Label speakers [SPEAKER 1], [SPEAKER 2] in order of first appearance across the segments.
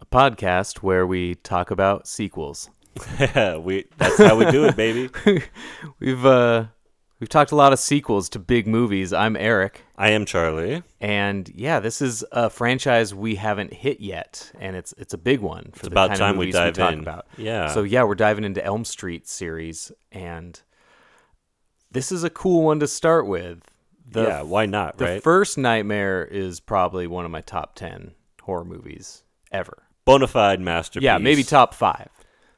[SPEAKER 1] a podcast where we talk about sequels.
[SPEAKER 2] Yeah, we that's how we do it, baby.
[SPEAKER 1] we've uh we've talked a lot of sequels to big movies. I'm Eric.
[SPEAKER 2] I am Charlie.
[SPEAKER 1] And yeah, this is a franchise we haven't hit yet, and it's it's a big one for
[SPEAKER 2] It's
[SPEAKER 1] the
[SPEAKER 2] about
[SPEAKER 1] kind
[SPEAKER 2] time
[SPEAKER 1] of
[SPEAKER 2] we
[SPEAKER 1] movies
[SPEAKER 2] dive
[SPEAKER 1] talk
[SPEAKER 2] in.
[SPEAKER 1] about.
[SPEAKER 2] Yeah.
[SPEAKER 1] So yeah, we're diving into Elm Street series, and this is a cool one to start with. The,
[SPEAKER 2] yeah, why not,
[SPEAKER 1] the
[SPEAKER 2] right?
[SPEAKER 1] first Nightmare is probably one of my top ten horror movies ever.
[SPEAKER 2] Bonafide masterpiece.
[SPEAKER 1] Yeah, maybe top five.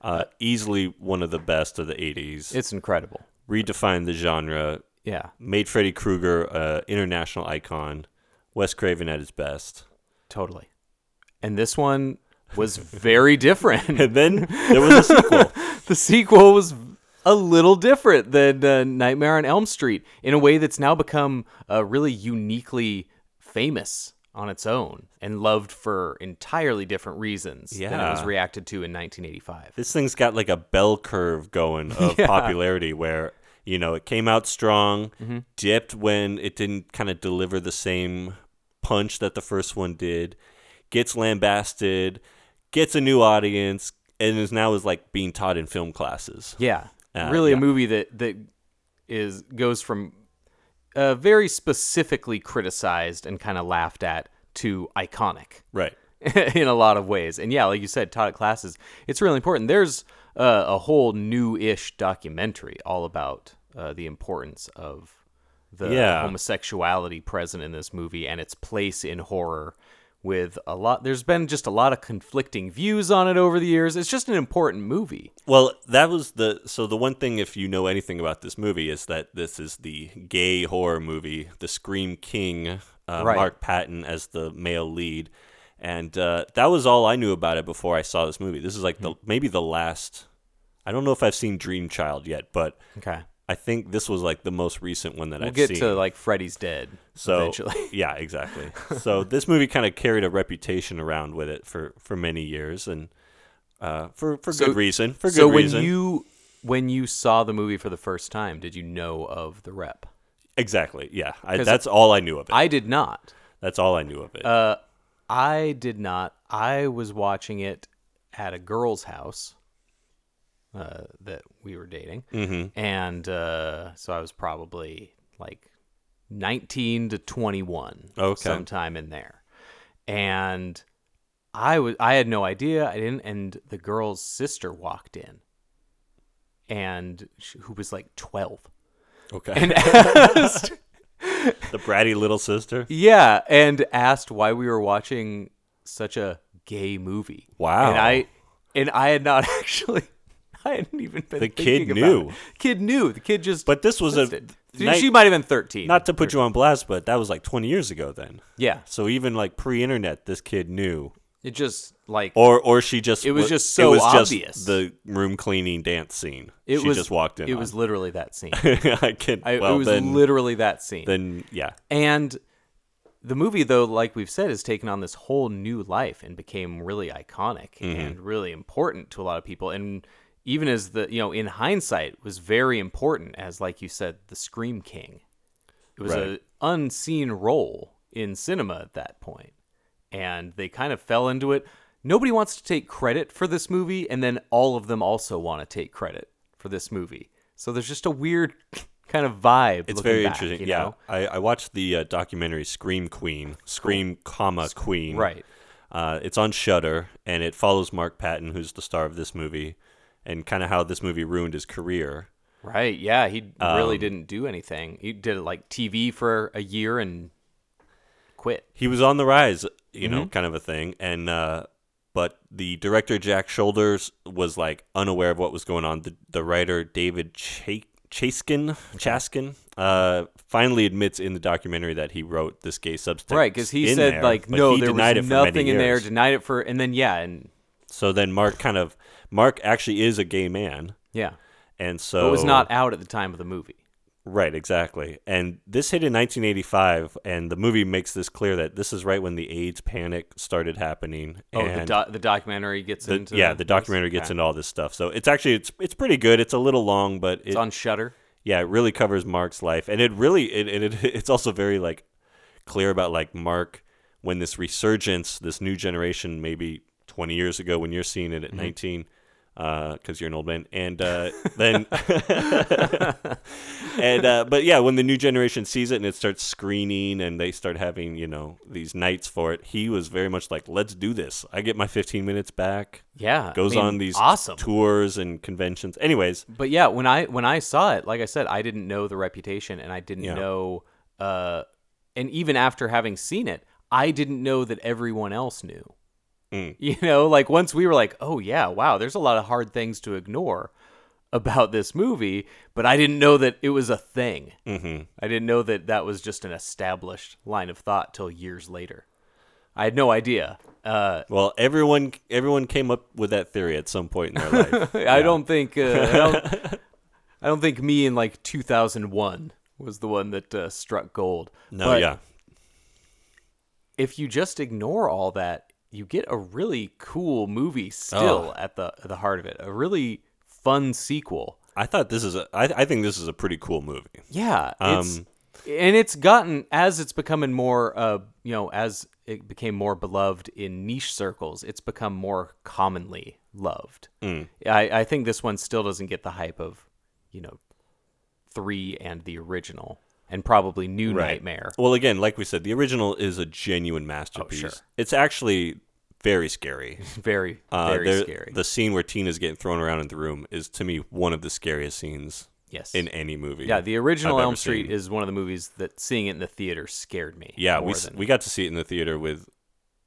[SPEAKER 2] Uh, easily one of the best of the '80s.
[SPEAKER 1] It's incredible.
[SPEAKER 2] redefined the genre,
[SPEAKER 1] Yeah.
[SPEAKER 2] made Freddy Krueger an international icon, Wes Craven at his best.
[SPEAKER 1] Totally. And this one was very different.
[SPEAKER 2] And then there was a sequel.
[SPEAKER 1] the sequel was a little different than uh, Nightmare on Elm Street in a way that's now become uh, really uniquely famous on its own and loved for entirely different reasons than it was
[SPEAKER 2] Yeah.
[SPEAKER 1] reacted to in 1985.
[SPEAKER 2] this thing's got like a bell curve going of popularity where you know it came out strong dipped when it didn't kind of deliver the same punch that the first one did gets lambasted gets a new audience and is now is like being taught in film classes
[SPEAKER 1] Yeah,
[SPEAKER 2] Uh,
[SPEAKER 1] really
[SPEAKER 2] yeah.
[SPEAKER 1] a movie that that is goes from uh, very specifically criticized and kind of laughed at to iconic.
[SPEAKER 2] right
[SPEAKER 1] in a lot of ways. And yeah, like you said, taught at classes, it's really important. There's uh, a whole new-ish documentary all about uh, the importance of the
[SPEAKER 2] Yeah.
[SPEAKER 1] homosexuality present in this movie and its place in horror. With a lot, there's been just a lot of conflicting views on it over the years. It's just an important movie.
[SPEAKER 2] well that was the so the one thing if you know anything about this movie is that this is the gay horror movie the scream king uh,
[SPEAKER 1] Right.
[SPEAKER 2] mark patton as the male lead and uh, that was all i knew about it before i saw this movie this is like the
[SPEAKER 1] Mm-hmm.
[SPEAKER 2] maybe the last i don't know if i've seen dream child yet but
[SPEAKER 1] Okay,
[SPEAKER 2] i think this was like the most recent one that
[SPEAKER 1] we'll
[SPEAKER 2] i've
[SPEAKER 1] get
[SPEAKER 2] seen
[SPEAKER 1] to like Freddy's Dead
[SPEAKER 2] so
[SPEAKER 1] eventually.
[SPEAKER 2] yeah exactly so this movie kind of carried a reputation around with it for for many years and uh, for for
[SPEAKER 1] So-
[SPEAKER 2] good reason for good
[SPEAKER 1] so when
[SPEAKER 2] reason
[SPEAKER 1] you when you saw the movie for the first time, did you know of the rep?
[SPEAKER 2] Exactly. Yeah. I,
[SPEAKER 1] 'Cause
[SPEAKER 2] that's all I knew of it.
[SPEAKER 1] I did not.
[SPEAKER 2] that's all I knew of it.
[SPEAKER 1] Uh, I did not. I was watching it at a girl's house uh, that we were dating,
[SPEAKER 2] Mhm.
[SPEAKER 1] and uh, so I was probably like nineteen to twenty-one,
[SPEAKER 2] Okay.
[SPEAKER 1] sometime in there, and I was I had no idea. I didn't, and the girl's sister walked in, and she, who was like twelve,
[SPEAKER 2] okay.
[SPEAKER 1] and asked
[SPEAKER 2] the bratty little sister.
[SPEAKER 1] yeah, and asked why we were watching such a gay movie.
[SPEAKER 2] Wow.
[SPEAKER 1] And I and I had not actually I hadn't even been
[SPEAKER 2] The kid
[SPEAKER 1] thinking about
[SPEAKER 2] knew.
[SPEAKER 1] it. Kid knew. The kid just
[SPEAKER 2] But this was a
[SPEAKER 1] existed. She-
[SPEAKER 2] night-
[SPEAKER 1] she might have been 13.
[SPEAKER 2] Not to put you on blast, but that was like 20 years ago then.
[SPEAKER 1] Yeah.
[SPEAKER 2] So even like pre-internet, this kid knew,
[SPEAKER 1] It just like
[SPEAKER 2] or or she just
[SPEAKER 1] It was
[SPEAKER 2] wa-
[SPEAKER 1] just so
[SPEAKER 2] it was
[SPEAKER 1] obvious.
[SPEAKER 2] Just the room cleaning dance scene.
[SPEAKER 1] it
[SPEAKER 2] she
[SPEAKER 1] was
[SPEAKER 2] just walked in.
[SPEAKER 1] It
[SPEAKER 2] on.
[SPEAKER 1] was literally that scene.
[SPEAKER 2] I can.
[SPEAKER 1] I,
[SPEAKER 2] well,
[SPEAKER 1] it was
[SPEAKER 2] then,
[SPEAKER 1] literally that scene.
[SPEAKER 2] Then yeah.
[SPEAKER 1] And the movie, though, like we've said, has taken on this whole new life and became really iconic
[SPEAKER 2] Mm-hmm.
[SPEAKER 1] and really important to a lot of people. And even as the, you know, in hindsight, was very important as, like you said, the Scream King. It was an
[SPEAKER 2] Right.
[SPEAKER 1] unseen role in cinema at that point. And they kind of fell into it. Nobody wants to take credit for this movie, and then all of them also want to take credit for this movie. So there's just a weird kind of vibe.
[SPEAKER 2] It's
[SPEAKER 1] looking
[SPEAKER 2] very
[SPEAKER 1] back,
[SPEAKER 2] interesting.
[SPEAKER 1] you
[SPEAKER 2] yeah.
[SPEAKER 1] know?
[SPEAKER 2] I, I watched the uh, documentary Scream Queen, Scream, comma Queen.
[SPEAKER 1] Right.
[SPEAKER 2] Uh, it's on Shudder, and it follows Mark Patton, who's the star of this movie, and kind of how this movie ruined his career.
[SPEAKER 1] Right. Yeah. He really
[SPEAKER 2] Um,
[SPEAKER 1] didn't do anything. He did like TV for a year and quit.
[SPEAKER 2] He was on the rise, you
[SPEAKER 1] Mm-hmm.
[SPEAKER 2] know, kind of a thing, and uh, but the director Jack Shoulders was like unaware of what was going on. The, the writer David Cha- Chaskin Chaskin uh, finally admits in the documentary that he wrote this gay substance.
[SPEAKER 1] Right. Because he
[SPEAKER 2] in
[SPEAKER 1] said
[SPEAKER 2] there,
[SPEAKER 1] like
[SPEAKER 2] but
[SPEAKER 1] no,
[SPEAKER 2] he
[SPEAKER 1] there
[SPEAKER 2] denied it
[SPEAKER 1] was
[SPEAKER 2] for many
[SPEAKER 1] nothing in there.
[SPEAKER 2] years.
[SPEAKER 1] Denied it for, and then yeah, and
[SPEAKER 2] So then Mark kind of Mark actually is a gay man,
[SPEAKER 1] Yeah.
[SPEAKER 2] and
[SPEAKER 1] But
[SPEAKER 2] so
[SPEAKER 1] it was not out at the time of the movie.
[SPEAKER 2] right exactly. And this hit in 1985, and the movie makes this clear that this is right when the AIDS panic started happening.
[SPEAKER 1] Oh, the,
[SPEAKER 2] and
[SPEAKER 1] do- the documentary gets
[SPEAKER 2] the-
[SPEAKER 1] into
[SPEAKER 2] yeah, the documentary gets
[SPEAKER 1] Okay.
[SPEAKER 2] into all this stuff. So it's actually it's it's pretty good. It's a little long, but
[SPEAKER 1] It's
[SPEAKER 2] it,
[SPEAKER 1] on Shutter.
[SPEAKER 2] yeah, it really covers Mark's life, and it really it, it, it it's also very like clear about like Mark when this resurgence, this new generation, maybe twenty years ago when you're seeing
[SPEAKER 1] Mm-hmm.
[SPEAKER 2] it at nineteen, because you're an old man, and uh, then and uh, but yeah, when the new generation sees it and it starts screening and they start having you know these nights for it, he was very much like, let's do this. I get my fifteen minutes back.
[SPEAKER 1] Yeah, I
[SPEAKER 2] goes
[SPEAKER 1] mean,
[SPEAKER 2] on these
[SPEAKER 1] awesome.
[SPEAKER 2] tours and conventions. Anyways,
[SPEAKER 1] But yeah, when I when I saw it, like I said, I didn't know the reputation, and I didn't
[SPEAKER 2] Yeah.
[SPEAKER 1] know, uh, and even after having seen it, I didn't know that everyone else knew. You know, like once we were like, oh yeah, wow, there's a lot of hard things to ignore about this movie, but I didn't know that it was a thing. Mm-hmm. I didn't know that that was just an established line of thought till years later. I had no idea. Uh,
[SPEAKER 2] Well, everyone everyone came up with that theory at some point in their life.
[SPEAKER 1] I don't think uh, I, don't, I don't think me in like 2001 was the one that uh, struck gold.
[SPEAKER 2] No,
[SPEAKER 1] But
[SPEAKER 2] yeah.
[SPEAKER 1] If you just ignore all that, you get a really cool
[SPEAKER 2] Oh.
[SPEAKER 1] movie still at the at the heart of it. A really fun sequel.
[SPEAKER 2] I thought this is a I I think this is a pretty cool movie.
[SPEAKER 1] Yeah, it's
[SPEAKER 2] Um,
[SPEAKER 1] and it's gotten as it's becoming more uh you know as it became more beloved in niche circles, it's become more commonly loved.
[SPEAKER 2] Mm.
[SPEAKER 1] I I think this one still doesn't get the hype of you know three and the original and probably New Nightmare. Oh,
[SPEAKER 2] Well, again, like we said, the original is a genuine masterpiece. It's actually very scary.
[SPEAKER 1] Very
[SPEAKER 2] Uh,
[SPEAKER 1] very
[SPEAKER 2] there-
[SPEAKER 1] scary.
[SPEAKER 2] The scene where Tina's getting thrown around in the room is to me one of the scariest scenes
[SPEAKER 1] yes.
[SPEAKER 2] in any movie.
[SPEAKER 1] yeah, the original
[SPEAKER 2] I've ever
[SPEAKER 1] Elm Street
[SPEAKER 2] seen.
[SPEAKER 1] is one of the movies that seeing it in the theater scared me.
[SPEAKER 2] Yeah, we
[SPEAKER 1] more
[SPEAKER 2] s-
[SPEAKER 1] than-
[SPEAKER 2] we got to see it in the theater with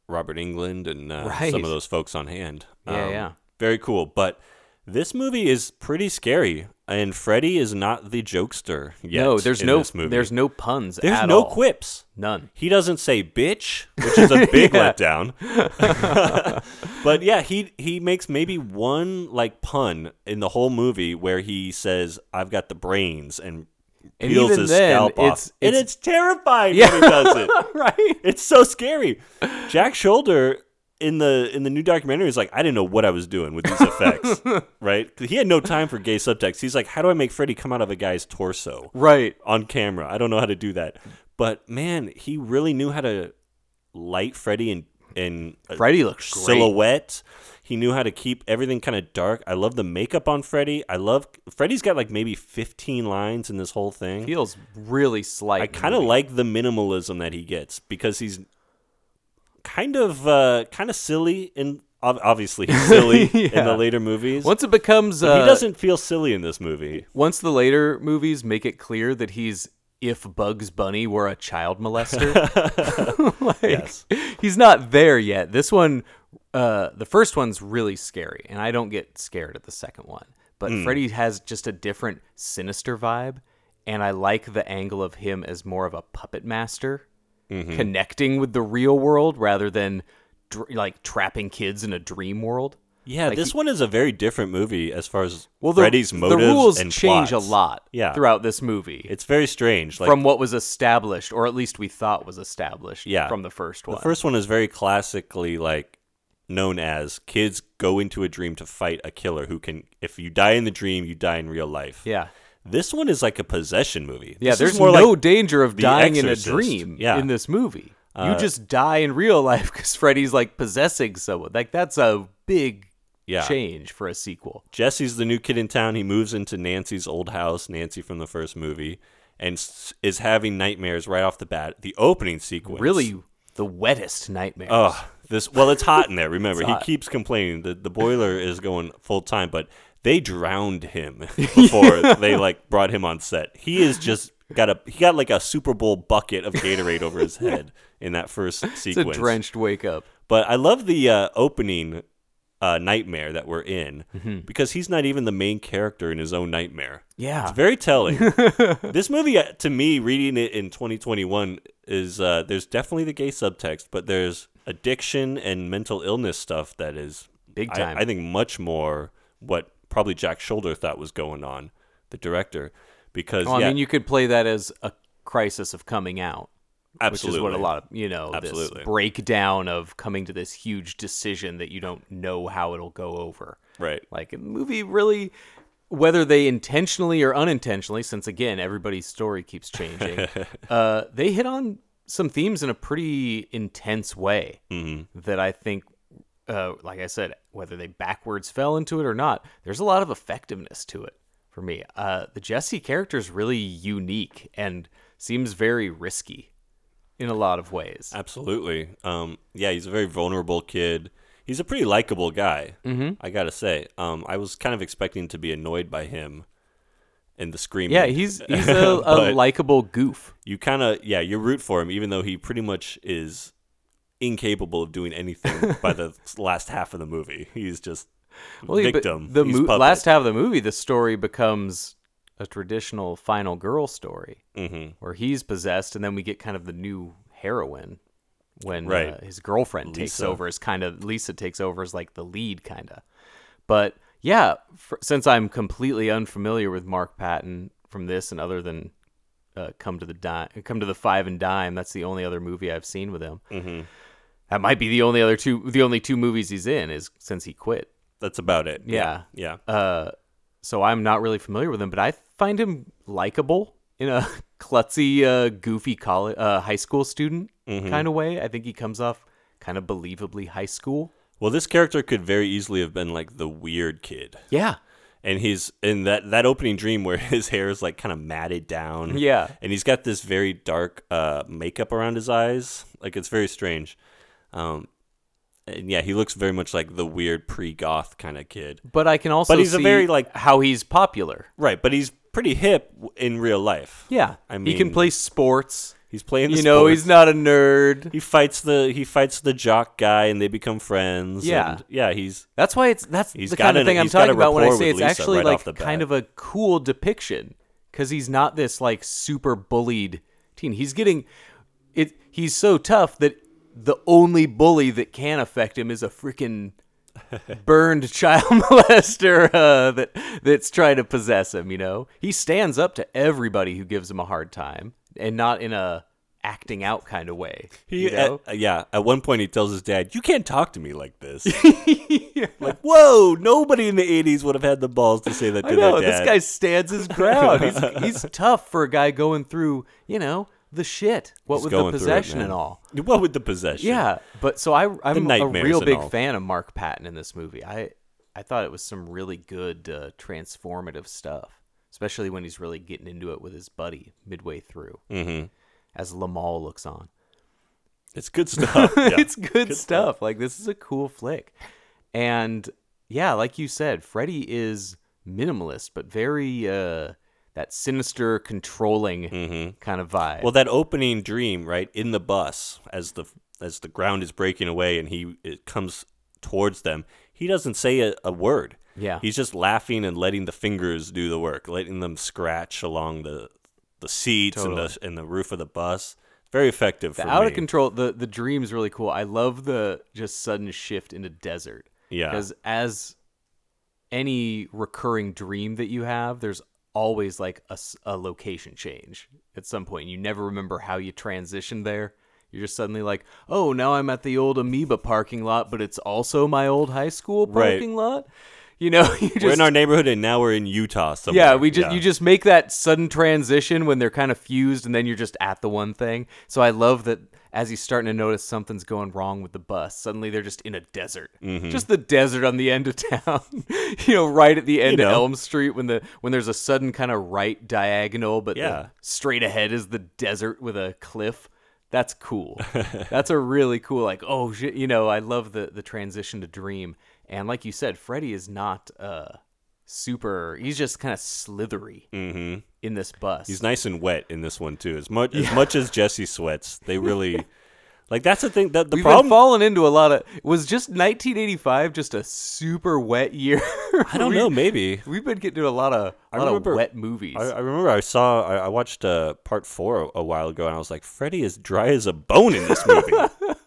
[SPEAKER 2] Robert England and uh,
[SPEAKER 1] Right.
[SPEAKER 2] some of those folks on hand. Um,
[SPEAKER 1] Yeah, yeah.
[SPEAKER 2] Very cool, but this movie is pretty scary, and Freddy is not the jokester yet.
[SPEAKER 1] no, there's
[SPEAKER 2] in
[SPEAKER 1] no
[SPEAKER 2] this movie.
[SPEAKER 1] there's no puns.
[SPEAKER 2] There's
[SPEAKER 1] at
[SPEAKER 2] no
[SPEAKER 1] all.
[SPEAKER 2] quips.
[SPEAKER 1] None.
[SPEAKER 2] He doesn't say bitch, which is a big
[SPEAKER 1] Yeah.
[SPEAKER 2] letdown. but yeah, he he makes maybe one like pun in the whole movie where he says, "I've got the brains," and
[SPEAKER 1] And
[SPEAKER 2] peels
[SPEAKER 1] even
[SPEAKER 2] his
[SPEAKER 1] then,
[SPEAKER 2] scalp off,
[SPEAKER 1] it's-
[SPEAKER 2] and
[SPEAKER 1] it's-
[SPEAKER 2] it's terrifying when he does it.
[SPEAKER 1] right?
[SPEAKER 2] It's so scary. Jack Shoulder in the in the new documentary is like, I didn't know what I was doing with these effects, right? He had no time for gay subtext. He's like, how do I make Freddy come out of a guy's torso
[SPEAKER 1] Right.
[SPEAKER 2] on camera? I don't know how to do that. But man, he really knew how to light Freddy and and a
[SPEAKER 1] Freddy looks great.
[SPEAKER 2] silhouette. He knew how to keep everything kind of dark. I love the makeup on Freddy. I love Freddy's got like maybe 15 lines in this whole thing.
[SPEAKER 1] feels really slight.
[SPEAKER 2] I
[SPEAKER 1] in the
[SPEAKER 2] kind of
[SPEAKER 1] movie.
[SPEAKER 2] like the minimalism that he gets because he's kind of uh, kind of silly in ob- obviously he's silly in
[SPEAKER 1] Yeah.
[SPEAKER 2] the later movies.
[SPEAKER 1] once it becomes
[SPEAKER 2] But
[SPEAKER 1] uh,
[SPEAKER 2] he doesn't feel silly in this movie.
[SPEAKER 1] Once the later movies make it clear that he's if Bugs Bunny were a child molester, like,
[SPEAKER 2] Yes.
[SPEAKER 1] he's not there yet. This one, uh, the first one's really scary, and I don't get scared at the second one. But
[SPEAKER 2] Hmm.
[SPEAKER 1] Freddy has just a different sinister vibe, and I like the angle of him as more of a puppet master,
[SPEAKER 2] Mm-hmm.
[SPEAKER 1] connecting with the real world rather than dr- like trapping kids in a dream world.
[SPEAKER 2] Yeah,
[SPEAKER 1] Like
[SPEAKER 2] this
[SPEAKER 1] he-
[SPEAKER 2] one is a very different movie as far as
[SPEAKER 1] Well, the,
[SPEAKER 2] Freddy's
[SPEAKER 1] the
[SPEAKER 2] motives
[SPEAKER 1] rules
[SPEAKER 2] and
[SPEAKER 1] change a
[SPEAKER 2] plots.
[SPEAKER 1] lot
[SPEAKER 2] Yeah,
[SPEAKER 1] throughout this movie
[SPEAKER 2] It's very strange. Like
[SPEAKER 1] from what was established, or at least we thought was established
[SPEAKER 2] Yeah.
[SPEAKER 1] from the first one.
[SPEAKER 2] the first one is very classically like known as kids go into a dream to fight a killer who can if you die in the dream you die in real life.
[SPEAKER 1] yeah.
[SPEAKER 2] This one is like a possession movie.
[SPEAKER 1] Yeah,
[SPEAKER 2] This is
[SPEAKER 1] there's
[SPEAKER 2] more
[SPEAKER 1] no
[SPEAKER 2] like
[SPEAKER 1] danger of
[SPEAKER 2] The
[SPEAKER 1] dying
[SPEAKER 2] Exorcist.
[SPEAKER 1] in a dream
[SPEAKER 2] Yeah. Uh,
[SPEAKER 1] in this movie. you just die in real life because Freddy's like possessing someone. Like that's a big
[SPEAKER 2] Yeah.
[SPEAKER 1] change for a sequel.
[SPEAKER 2] Jesse's the new kid in town. He moves into Nancy's old house, Nancy from the first movie, and s- is having nightmares right off the bat. The opening sequence.
[SPEAKER 1] Really, the wettest nightmare.
[SPEAKER 2] Oh, this. Well, it's hot in there. Remember, he
[SPEAKER 1] hot.
[SPEAKER 2] keeps complaining that the boiler is going full time, but they drowned him before they like brought him on set. He is just got a he got like a Super Bowl bucket of Gatorade over his head in that first
[SPEAKER 1] it's a
[SPEAKER 2] sequence.
[SPEAKER 1] drenched wake up.
[SPEAKER 2] But I love the uh, opening uh, nightmare that we're in
[SPEAKER 1] Mm-hmm.
[SPEAKER 2] because he's not even the main character in his own nightmare.
[SPEAKER 1] Yeah.
[SPEAKER 2] It's very telling. this movie, uh, to me, reading it in 2021 is uh, there's definitely the gay subtext, but there's addiction and mental illness stuff that is
[SPEAKER 1] Big
[SPEAKER 2] I-
[SPEAKER 1] time.
[SPEAKER 2] I, think much more what probably Jack Shoulder thought was going on, the director, because
[SPEAKER 1] Well,
[SPEAKER 2] yeah,
[SPEAKER 1] I mean, you could play that as a crisis of coming out,
[SPEAKER 2] absolutely
[SPEAKER 1] which is what a lot of you know
[SPEAKER 2] Absolutely.
[SPEAKER 1] this breakdown of coming to this huge decision that you don't know how it'll go over.
[SPEAKER 2] right.
[SPEAKER 1] Like the movie really, whether they intentionally or unintentionally, since again everybody's story keeps changing, uh, they hit on some themes in a pretty intense way that I think. Uh, like I said, whether they backwards fell into it or not, there's a lot of effectiveness to it for me. Uh, the Jesse character is really unique and seems very risky in a lot of ways.
[SPEAKER 2] Absolutely. Um, yeah, he's a very vulnerable kid. He's a pretty likable guy. Mm-hmm. I gotta say, um, I was kind of expecting to be annoyed by him and the screaming.
[SPEAKER 1] Yeah, he's he's a, a
[SPEAKER 2] But-
[SPEAKER 1] likable goof.
[SPEAKER 2] you kind of yeah you root for him even though he pretty much is incapable of doing anything by the last half of the movie he's just
[SPEAKER 1] yeah, but
[SPEAKER 2] victim
[SPEAKER 1] The
[SPEAKER 2] He's
[SPEAKER 1] mo-
[SPEAKER 2] puppet.
[SPEAKER 1] last half of the movie, the story becomes a traditional final girl story, mm-hmm. where he's possessed, and then we get kind of the new heroine when
[SPEAKER 2] Right.
[SPEAKER 1] uh, his girlfriend takes
[SPEAKER 2] Lisa.
[SPEAKER 1] over as kind of Lisa takes over as like the lead kind of. But yeah, fr since I'm completely unfamiliar with Mark Patton from this and other than uh, come to the dime, come to the five and dime. That's the only other movie I've seen with him. Mm-hmm. That might be the only other two, the only two movies he's in is since he quit.
[SPEAKER 2] that's about it
[SPEAKER 1] Yeah.
[SPEAKER 2] yeah
[SPEAKER 1] Uh, so I'm not really familiar with him, but I find him likable in a klutzy, uh, goofy college, uh, high school student
[SPEAKER 2] Mm-hmm.
[SPEAKER 1] kind of way. I think he comes off kind of believably high school.
[SPEAKER 2] well this character could very easily have been like the weird kid
[SPEAKER 1] Yeah,
[SPEAKER 2] and he's in that that opening dream where his hair is like kind of matted down
[SPEAKER 1] Yeah.
[SPEAKER 2] and he's got this very dark uh makeup around his eyes like it's very strange um and yeah he looks very much like the weird pre-goth kind of kid
[SPEAKER 1] but I can also
[SPEAKER 2] But he's a
[SPEAKER 1] see
[SPEAKER 2] very, like-
[SPEAKER 1] how he's popular.
[SPEAKER 2] Right, but he's pretty hip w- in real life.
[SPEAKER 1] Yeah,
[SPEAKER 2] I
[SPEAKER 1] he can
[SPEAKER 2] mean-
[SPEAKER 1] play sports.
[SPEAKER 2] He's playing. The
[SPEAKER 1] You know, he's
[SPEAKER 2] sports.
[SPEAKER 1] not a nerd.
[SPEAKER 2] He fights the he fights the jock guy, and they become friends.
[SPEAKER 1] Yeah.
[SPEAKER 2] and yeah. He's
[SPEAKER 1] That's why it's that's
[SPEAKER 2] He's
[SPEAKER 1] the
[SPEAKER 2] got
[SPEAKER 1] kind of
[SPEAKER 2] an-
[SPEAKER 1] thing I'm
[SPEAKER 2] he's got
[SPEAKER 1] talking
[SPEAKER 2] a
[SPEAKER 1] about when I
[SPEAKER 2] rapport
[SPEAKER 1] say
[SPEAKER 2] with
[SPEAKER 1] it's
[SPEAKER 2] Lisa
[SPEAKER 1] actually
[SPEAKER 2] right off
[SPEAKER 1] like
[SPEAKER 2] the
[SPEAKER 1] kind
[SPEAKER 2] bat.
[SPEAKER 1] of a cool depiction because he's not this like super bullied teen. He's getting it. He's so tough that the only bully that can affect him is a freaking burned child molester uh, that that's trying to possess him. You know, he stands up to everybody who gives him a hard time, and not in a acting out kind of way.
[SPEAKER 2] he uh,
[SPEAKER 1] you know?
[SPEAKER 2] at- yeah. At one point, he tells his dad, "You can't talk to me like this." Like, whoa! Nobody in the '80s would have had the balls to say that to
[SPEAKER 1] I know
[SPEAKER 2] their
[SPEAKER 1] this
[SPEAKER 2] dad.
[SPEAKER 1] guy stands his ground. He's he's tough for a guy going through you know the shit. What
[SPEAKER 2] He's
[SPEAKER 1] with the
[SPEAKER 2] going through it,
[SPEAKER 1] possession
[SPEAKER 2] man.
[SPEAKER 1] and all.
[SPEAKER 2] What with the possession?
[SPEAKER 1] Yeah, but so I I'm a
[SPEAKER 2] nightmares
[SPEAKER 1] real
[SPEAKER 2] and
[SPEAKER 1] big
[SPEAKER 2] all.
[SPEAKER 1] fan of Mark Patton in this movie. I I thought it was some really good uh, transformative stuff, especially when he's really getting into it with his buddy midway through. Mm-hmm. As Lamal looks on,
[SPEAKER 2] it's good stuff. Yeah.
[SPEAKER 1] it's good, stuff. Like this is a cool flick, and yeah, like you said, Freddy is minimalist but very uh, that sinister, controlling kind of vibe.
[SPEAKER 2] Mm-hmm. Well, that opening dream, right in the bus, as the as the ground is breaking away and he it comes towards them, he doesn't say a, a word.
[SPEAKER 1] Yeah.
[SPEAKER 2] he's just laughing and letting the fingers do the work, letting them scratch along the the seats and the and the roof of the bus. Very effective.
[SPEAKER 1] the
[SPEAKER 2] for
[SPEAKER 1] out of
[SPEAKER 2] me.
[SPEAKER 1] control the the dream's really cool i love the just sudden shift into desert
[SPEAKER 2] Yeah.
[SPEAKER 1] because as any recurring dream that you have there's always like a, s- a location change at some point you never remember how you transitioned there you're just suddenly like oh now i'm at the old amoeba parking lot but it's also my old high school
[SPEAKER 2] Right.
[SPEAKER 1] parking lot you know you just,
[SPEAKER 2] We're in our neighborhood and now we're in Utah. Somewhere.
[SPEAKER 1] yeah, we just you just make that sudden transition when they're kind of fused, and then you're just at the one thing. So I love that as he's starting to notice something's going wrong with the bus, suddenly they're just in a desert,
[SPEAKER 2] Mm-hmm.
[SPEAKER 1] just the desert on the end of town. you know, right at the end
[SPEAKER 2] You
[SPEAKER 1] of
[SPEAKER 2] know.
[SPEAKER 1] Elm Street when the when there's a sudden kind of right diagonal, but the
[SPEAKER 2] Yeah.
[SPEAKER 1] straight ahead is the desert with a cliff. That's cool. That's a really cool like oh shit, you know, I love the the transition to dream. And like you said, Freddy is not uh super he's just kind of slithery in this bus
[SPEAKER 2] Mm-hmm. He's nice and wet in this one too. As much as much as Jesse sweats, they really like. That's the thing. That the
[SPEAKER 1] We've been
[SPEAKER 2] problem.
[SPEAKER 1] falling into a lot of was just 1985 just a super wet year.
[SPEAKER 2] I don't know. Maybe
[SPEAKER 1] We've been getting to a lot of a lot
[SPEAKER 2] remember-
[SPEAKER 1] of wet movies.
[SPEAKER 2] I, I remember I saw I, I watched uh, part four a, a while ago, and I was like, Freddy is dry as a bone in this movie.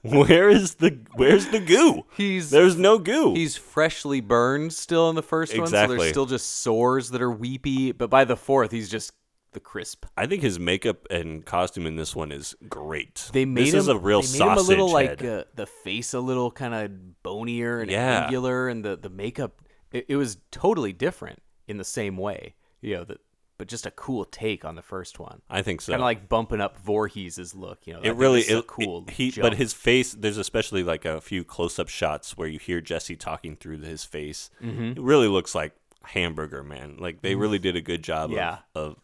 [SPEAKER 2] Where is the where's the goo?
[SPEAKER 1] He's-
[SPEAKER 2] there's no goo.
[SPEAKER 1] He's freshly burned still in the first one, so
[SPEAKER 2] Exactly.
[SPEAKER 1] there's still just sores that are weepy. But by the fourth, he's just the crisp.
[SPEAKER 2] I think his makeup and costume in this one is great.
[SPEAKER 1] They made
[SPEAKER 2] this
[SPEAKER 1] him
[SPEAKER 2] is a real
[SPEAKER 1] they made
[SPEAKER 2] sausage
[SPEAKER 1] him a little
[SPEAKER 2] head.
[SPEAKER 1] like uh, the face a little kind of bonier and
[SPEAKER 2] Yeah.
[SPEAKER 1] angular, and the the makeup it, it was totally different in the same way, you know. The, but just a cool take on the first one.
[SPEAKER 2] I think so.
[SPEAKER 1] Kind of like bumping up Voorhees's look, you know. I
[SPEAKER 2] it
[SPEAKER 1] think
[SPEAKER 2] really
[SPEAKER 1] this is a
[SPEAKER 2] it-
[SPEAKER 1] cool.
[SPEAKER 2] it- he, but
[SPEAKER 1] jump.
[SPEAKER 2] his face. There's especially like a few close-up shots where you hear Jesse talking through his face.
[SPEAKER 1] Mm-hmm.
[SPEAKER 2] It really looks like hamburger man. Like they really did a good job.
[SPEAKER 1] Yeah.
[SPEAKER 2] Of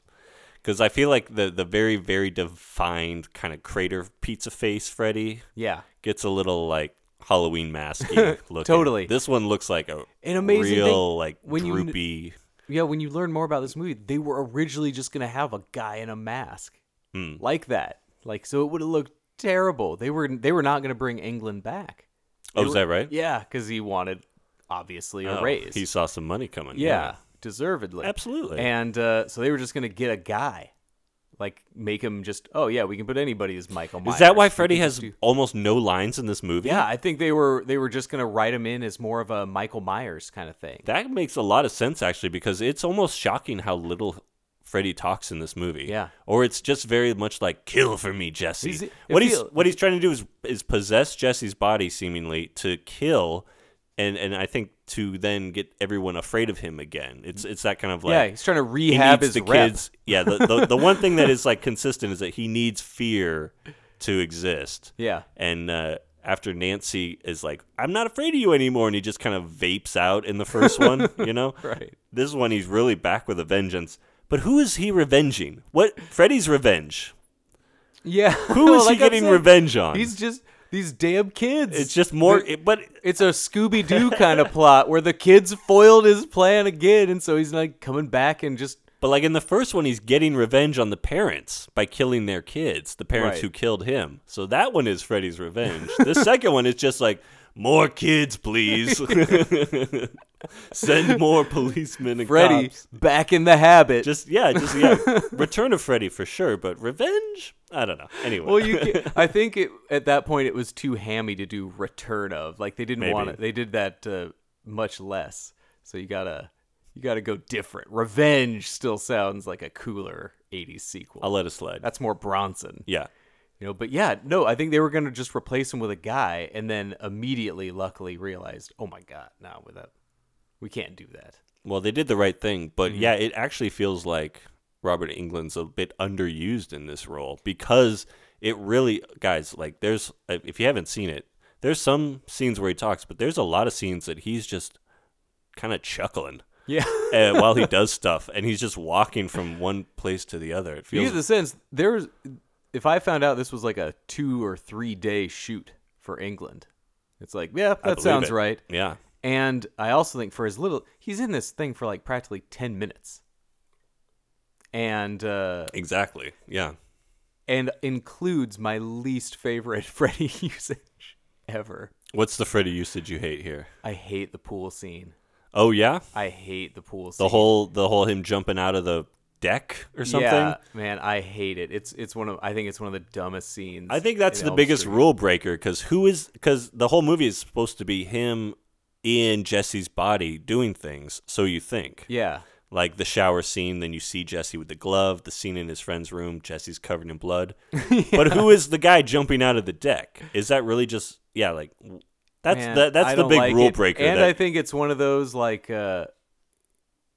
[SPEAKER 2] because I feel like the the very very defined kind of crater pizza face Freddy
[SPEAKER 1] yeah,
[SPEAKER 2] gets a little like Halloween masky looking.
[SPEAKER 1] Totally.
[SPEAKER 2] This one looks like a
[SPEAKER 1] An amazing thing,
[SPEAKER 2] real like
[SPEAKER 1] when you kn-
[SPEAKER 2] droopy.
[SPEAKER 1] yeah. When you learn more about this movie, they were originally just gonna have a guy in a mask
[SPEAKER 2] Hmm.
[SPEAKER 1] like that, like so it would have looked terrible. They were they were not gonna bring England back.
[SPEAKER 2] oh, is that right?
[SPEAKER 1] Yeah, because he wanted obviously a
[SPEAKER 2] Oh,
[SPEAKER 1] raise.
[SPEAKER 2] He saw some money coming.
[SPEAKER 1] yeah, deservedly,
[SPEAKER 2] Absolutely.
[SPEAKER 1] And uh, so they were just gonna get a guy, like make him just oh yeah, we can put anybody as Michael. Myers.
[SPEAKER 2] Is that
[SPEAKER 1] We
[SPEAKER 2] why
[SPEAKER 1] can
[SPEAKER 2] Freddy
[SPEAKER 1] just
[SPEAKER 2] has
[SPEAKER 1] do-
[SPEAKER 2] almost no lines in this movie?
[SPEAKER 1] Yeah, I think they were they were just gonna write him in as more of a Michael Myers kind of thing.
[SPEAKER 2] That makes a lot of sense actually because it's almost shocking how little Freddy talks in this movie.
[SPEAKER 1] Yeah.
[SPEAKER 2] Or it's just very much like kill for me, Jesse.
[SPEAKER 1] He's- it
[SPEAKER 2] what he's
[SPEAKER 1] feel-
[SPEAKER 2] what he's trying to do is is possess Jesse's body seemingly to kill and and I think to then get everyone afraid of him again. It's it's that kind of like
[SPEAKER 1] yeah, he's trying to
[SPEAKER 2] he
[SPEAKER 1] rehab
[SPEAKER 2] needs
[SPEAKER 1] his
[SPEAKER 2] the
[SPEAKER 1] rep.
[SPEAKER 2] kids. Yeah, the, the the one thing that is like consistent is that he needs fear to exist.
[SPEAKER 1] Yeah.
[SPEAKER 2] And uh, after Nancy is like, "I'm not afraid of you anymore," and he just kind of vapes out in the first one, you know.
[SPEAKER 1] Right.
[SPEAKER 2] This one, he's really back with a vengeance. But who is he revenging? What Freddy's revenge?
[SPEAKER 1] Yeah,
[SPEAKER 2] Who is he
[SPEAKER 1] Like I
[SPEAKER 2] getting
[SPEAKER 1] said,
[SPEAKER 2] revenge on?
[SPEAKER 1] He's just these damn kids.
[SPEAKER 2] it's just more.
[SPEAKER 1] They're-
[SPEAKER 2] It, but
[SPEAKER 1] It's a Scooby Doo kind of plot where the kids foiled his plan again, and so he's like coming back and just
[SPEAKER 2] But like in the first one, he's getting revenge on the parents by killing their kids, the parents
[SPEAKER 1] Right.
[SPEAKER 2] who killed him. So that one is Freddy's revenge. the second one is just like more kids, please. Send more policemen and
[SPEAKER 1] Freddy
[SPEAKER 2] cops.
[SPEAKER 1] back in the habit.
[SPEAKER 2] Just yeah, just yeah. Return of Freddy for sure, but revenge? I don't know. Anyway,
[SPEAKER 1] well, you. Can, I think it, at that point it was too hammy to do Return of. Like they didn't
[SPEAKER 2] Maybe.
[SPEAKER 1] want it. They did that uh, much less. So you gotta you gotta go different. Revenge still sounds like a cooler '80s sequel.
[SPEAKER 2] I'll let it slide.
[SPEAKER 1] That's more Bronson.
[SPEAKER 2] yeah.
[SPEAKER 1] You know, but yeah, no, I think they were going to just replace him with a guy and then immediately, luckily, realized, oh my God, no, with that, we can't do that.
[SPEAKER 2] Well, they did the right thing, but
[SPEAKER 1] Mm-hmm.
[SPEAKER 2] yeah, it actually feels like Robert England's a bit underused in this role because it really, guys, like there's if you haven't seen it, there's some scenes where he talks, but there's a lot of scenes that he's just kind of chuckling
[SPEAKER 1] Yeah.
[SPEAKER 2] uh, while he does stuff, and he's just walking from one place to the other. It
[SPEAKER 1] You get
[SPEAKER 2] feels
[SPEAKER 1] the sense there's, if I found out this was like a two or three day shoot for England, it's like, yeah,
[SPEAKER 2] I
[SPEAKER 1] that
[SPEAKER 2] believe
[SPEAKER 1] sounds
[SPEAKER 2] it.
[SPEAKER 1] right.
[SPEAKER 2] Yeah,
[SPEAKER 1] And I also think for his little, he's in this thing for like practically 10 minutes. And, uh,
[SPEAKER 2] exactly. Yeah,
[SPEAKER 1] and includes my least favorite Freddy usage ever.
[SPEAKER 2] what's the Freddy usage you hate here?
[SPEAKER 1] I hate the pool scene.
[SPEAKER 2] Oh yeah,
[SPEAKER 1] I hate the pool scene.
[SPEAKER 2] the whole the whole him jumping out of the deck or something.
[SPEAKER 1] Yeah, man, I hate it. It's it's one of I think it's one of the dumbest scenes.
[SPEAKER 2] I think that's
[SPEAKER 1] in
[SPEAKER 2] the
[SPEAKER 1] Elm
[SPEAKER 2] biggest
[SPEAKER 1] Street.
[SPEAKER 2] rule breaker because who is because the whole movie is supposed to be him in Jesse's body doing things. So you think,
[SPEAKER 1] Yeah,
[SPEAKER 2] like the shower scene, then you see Jesse with the glove. The scene in his friend's room, Jesse's covered in blood. But who is the guy jumping out of the deck? Is that really just yeah? Like w- that's
[SPEAKER 1] Man,
[SPEAKER 2] that,
[SPEAKER 1] I
[SPEAKER 2] that's the
[SPEAKER 1] don't
[SPEAKER 2] big
[SPEAKER 1] like
[SPEAKER 2] rule
[SPEAKER 1] it.
[SPEAKER 2] breaker.
[SPEAKER 1] And
[SPEAKER 2] that-
[SPEAKER 1] I think it's one of those like, uh,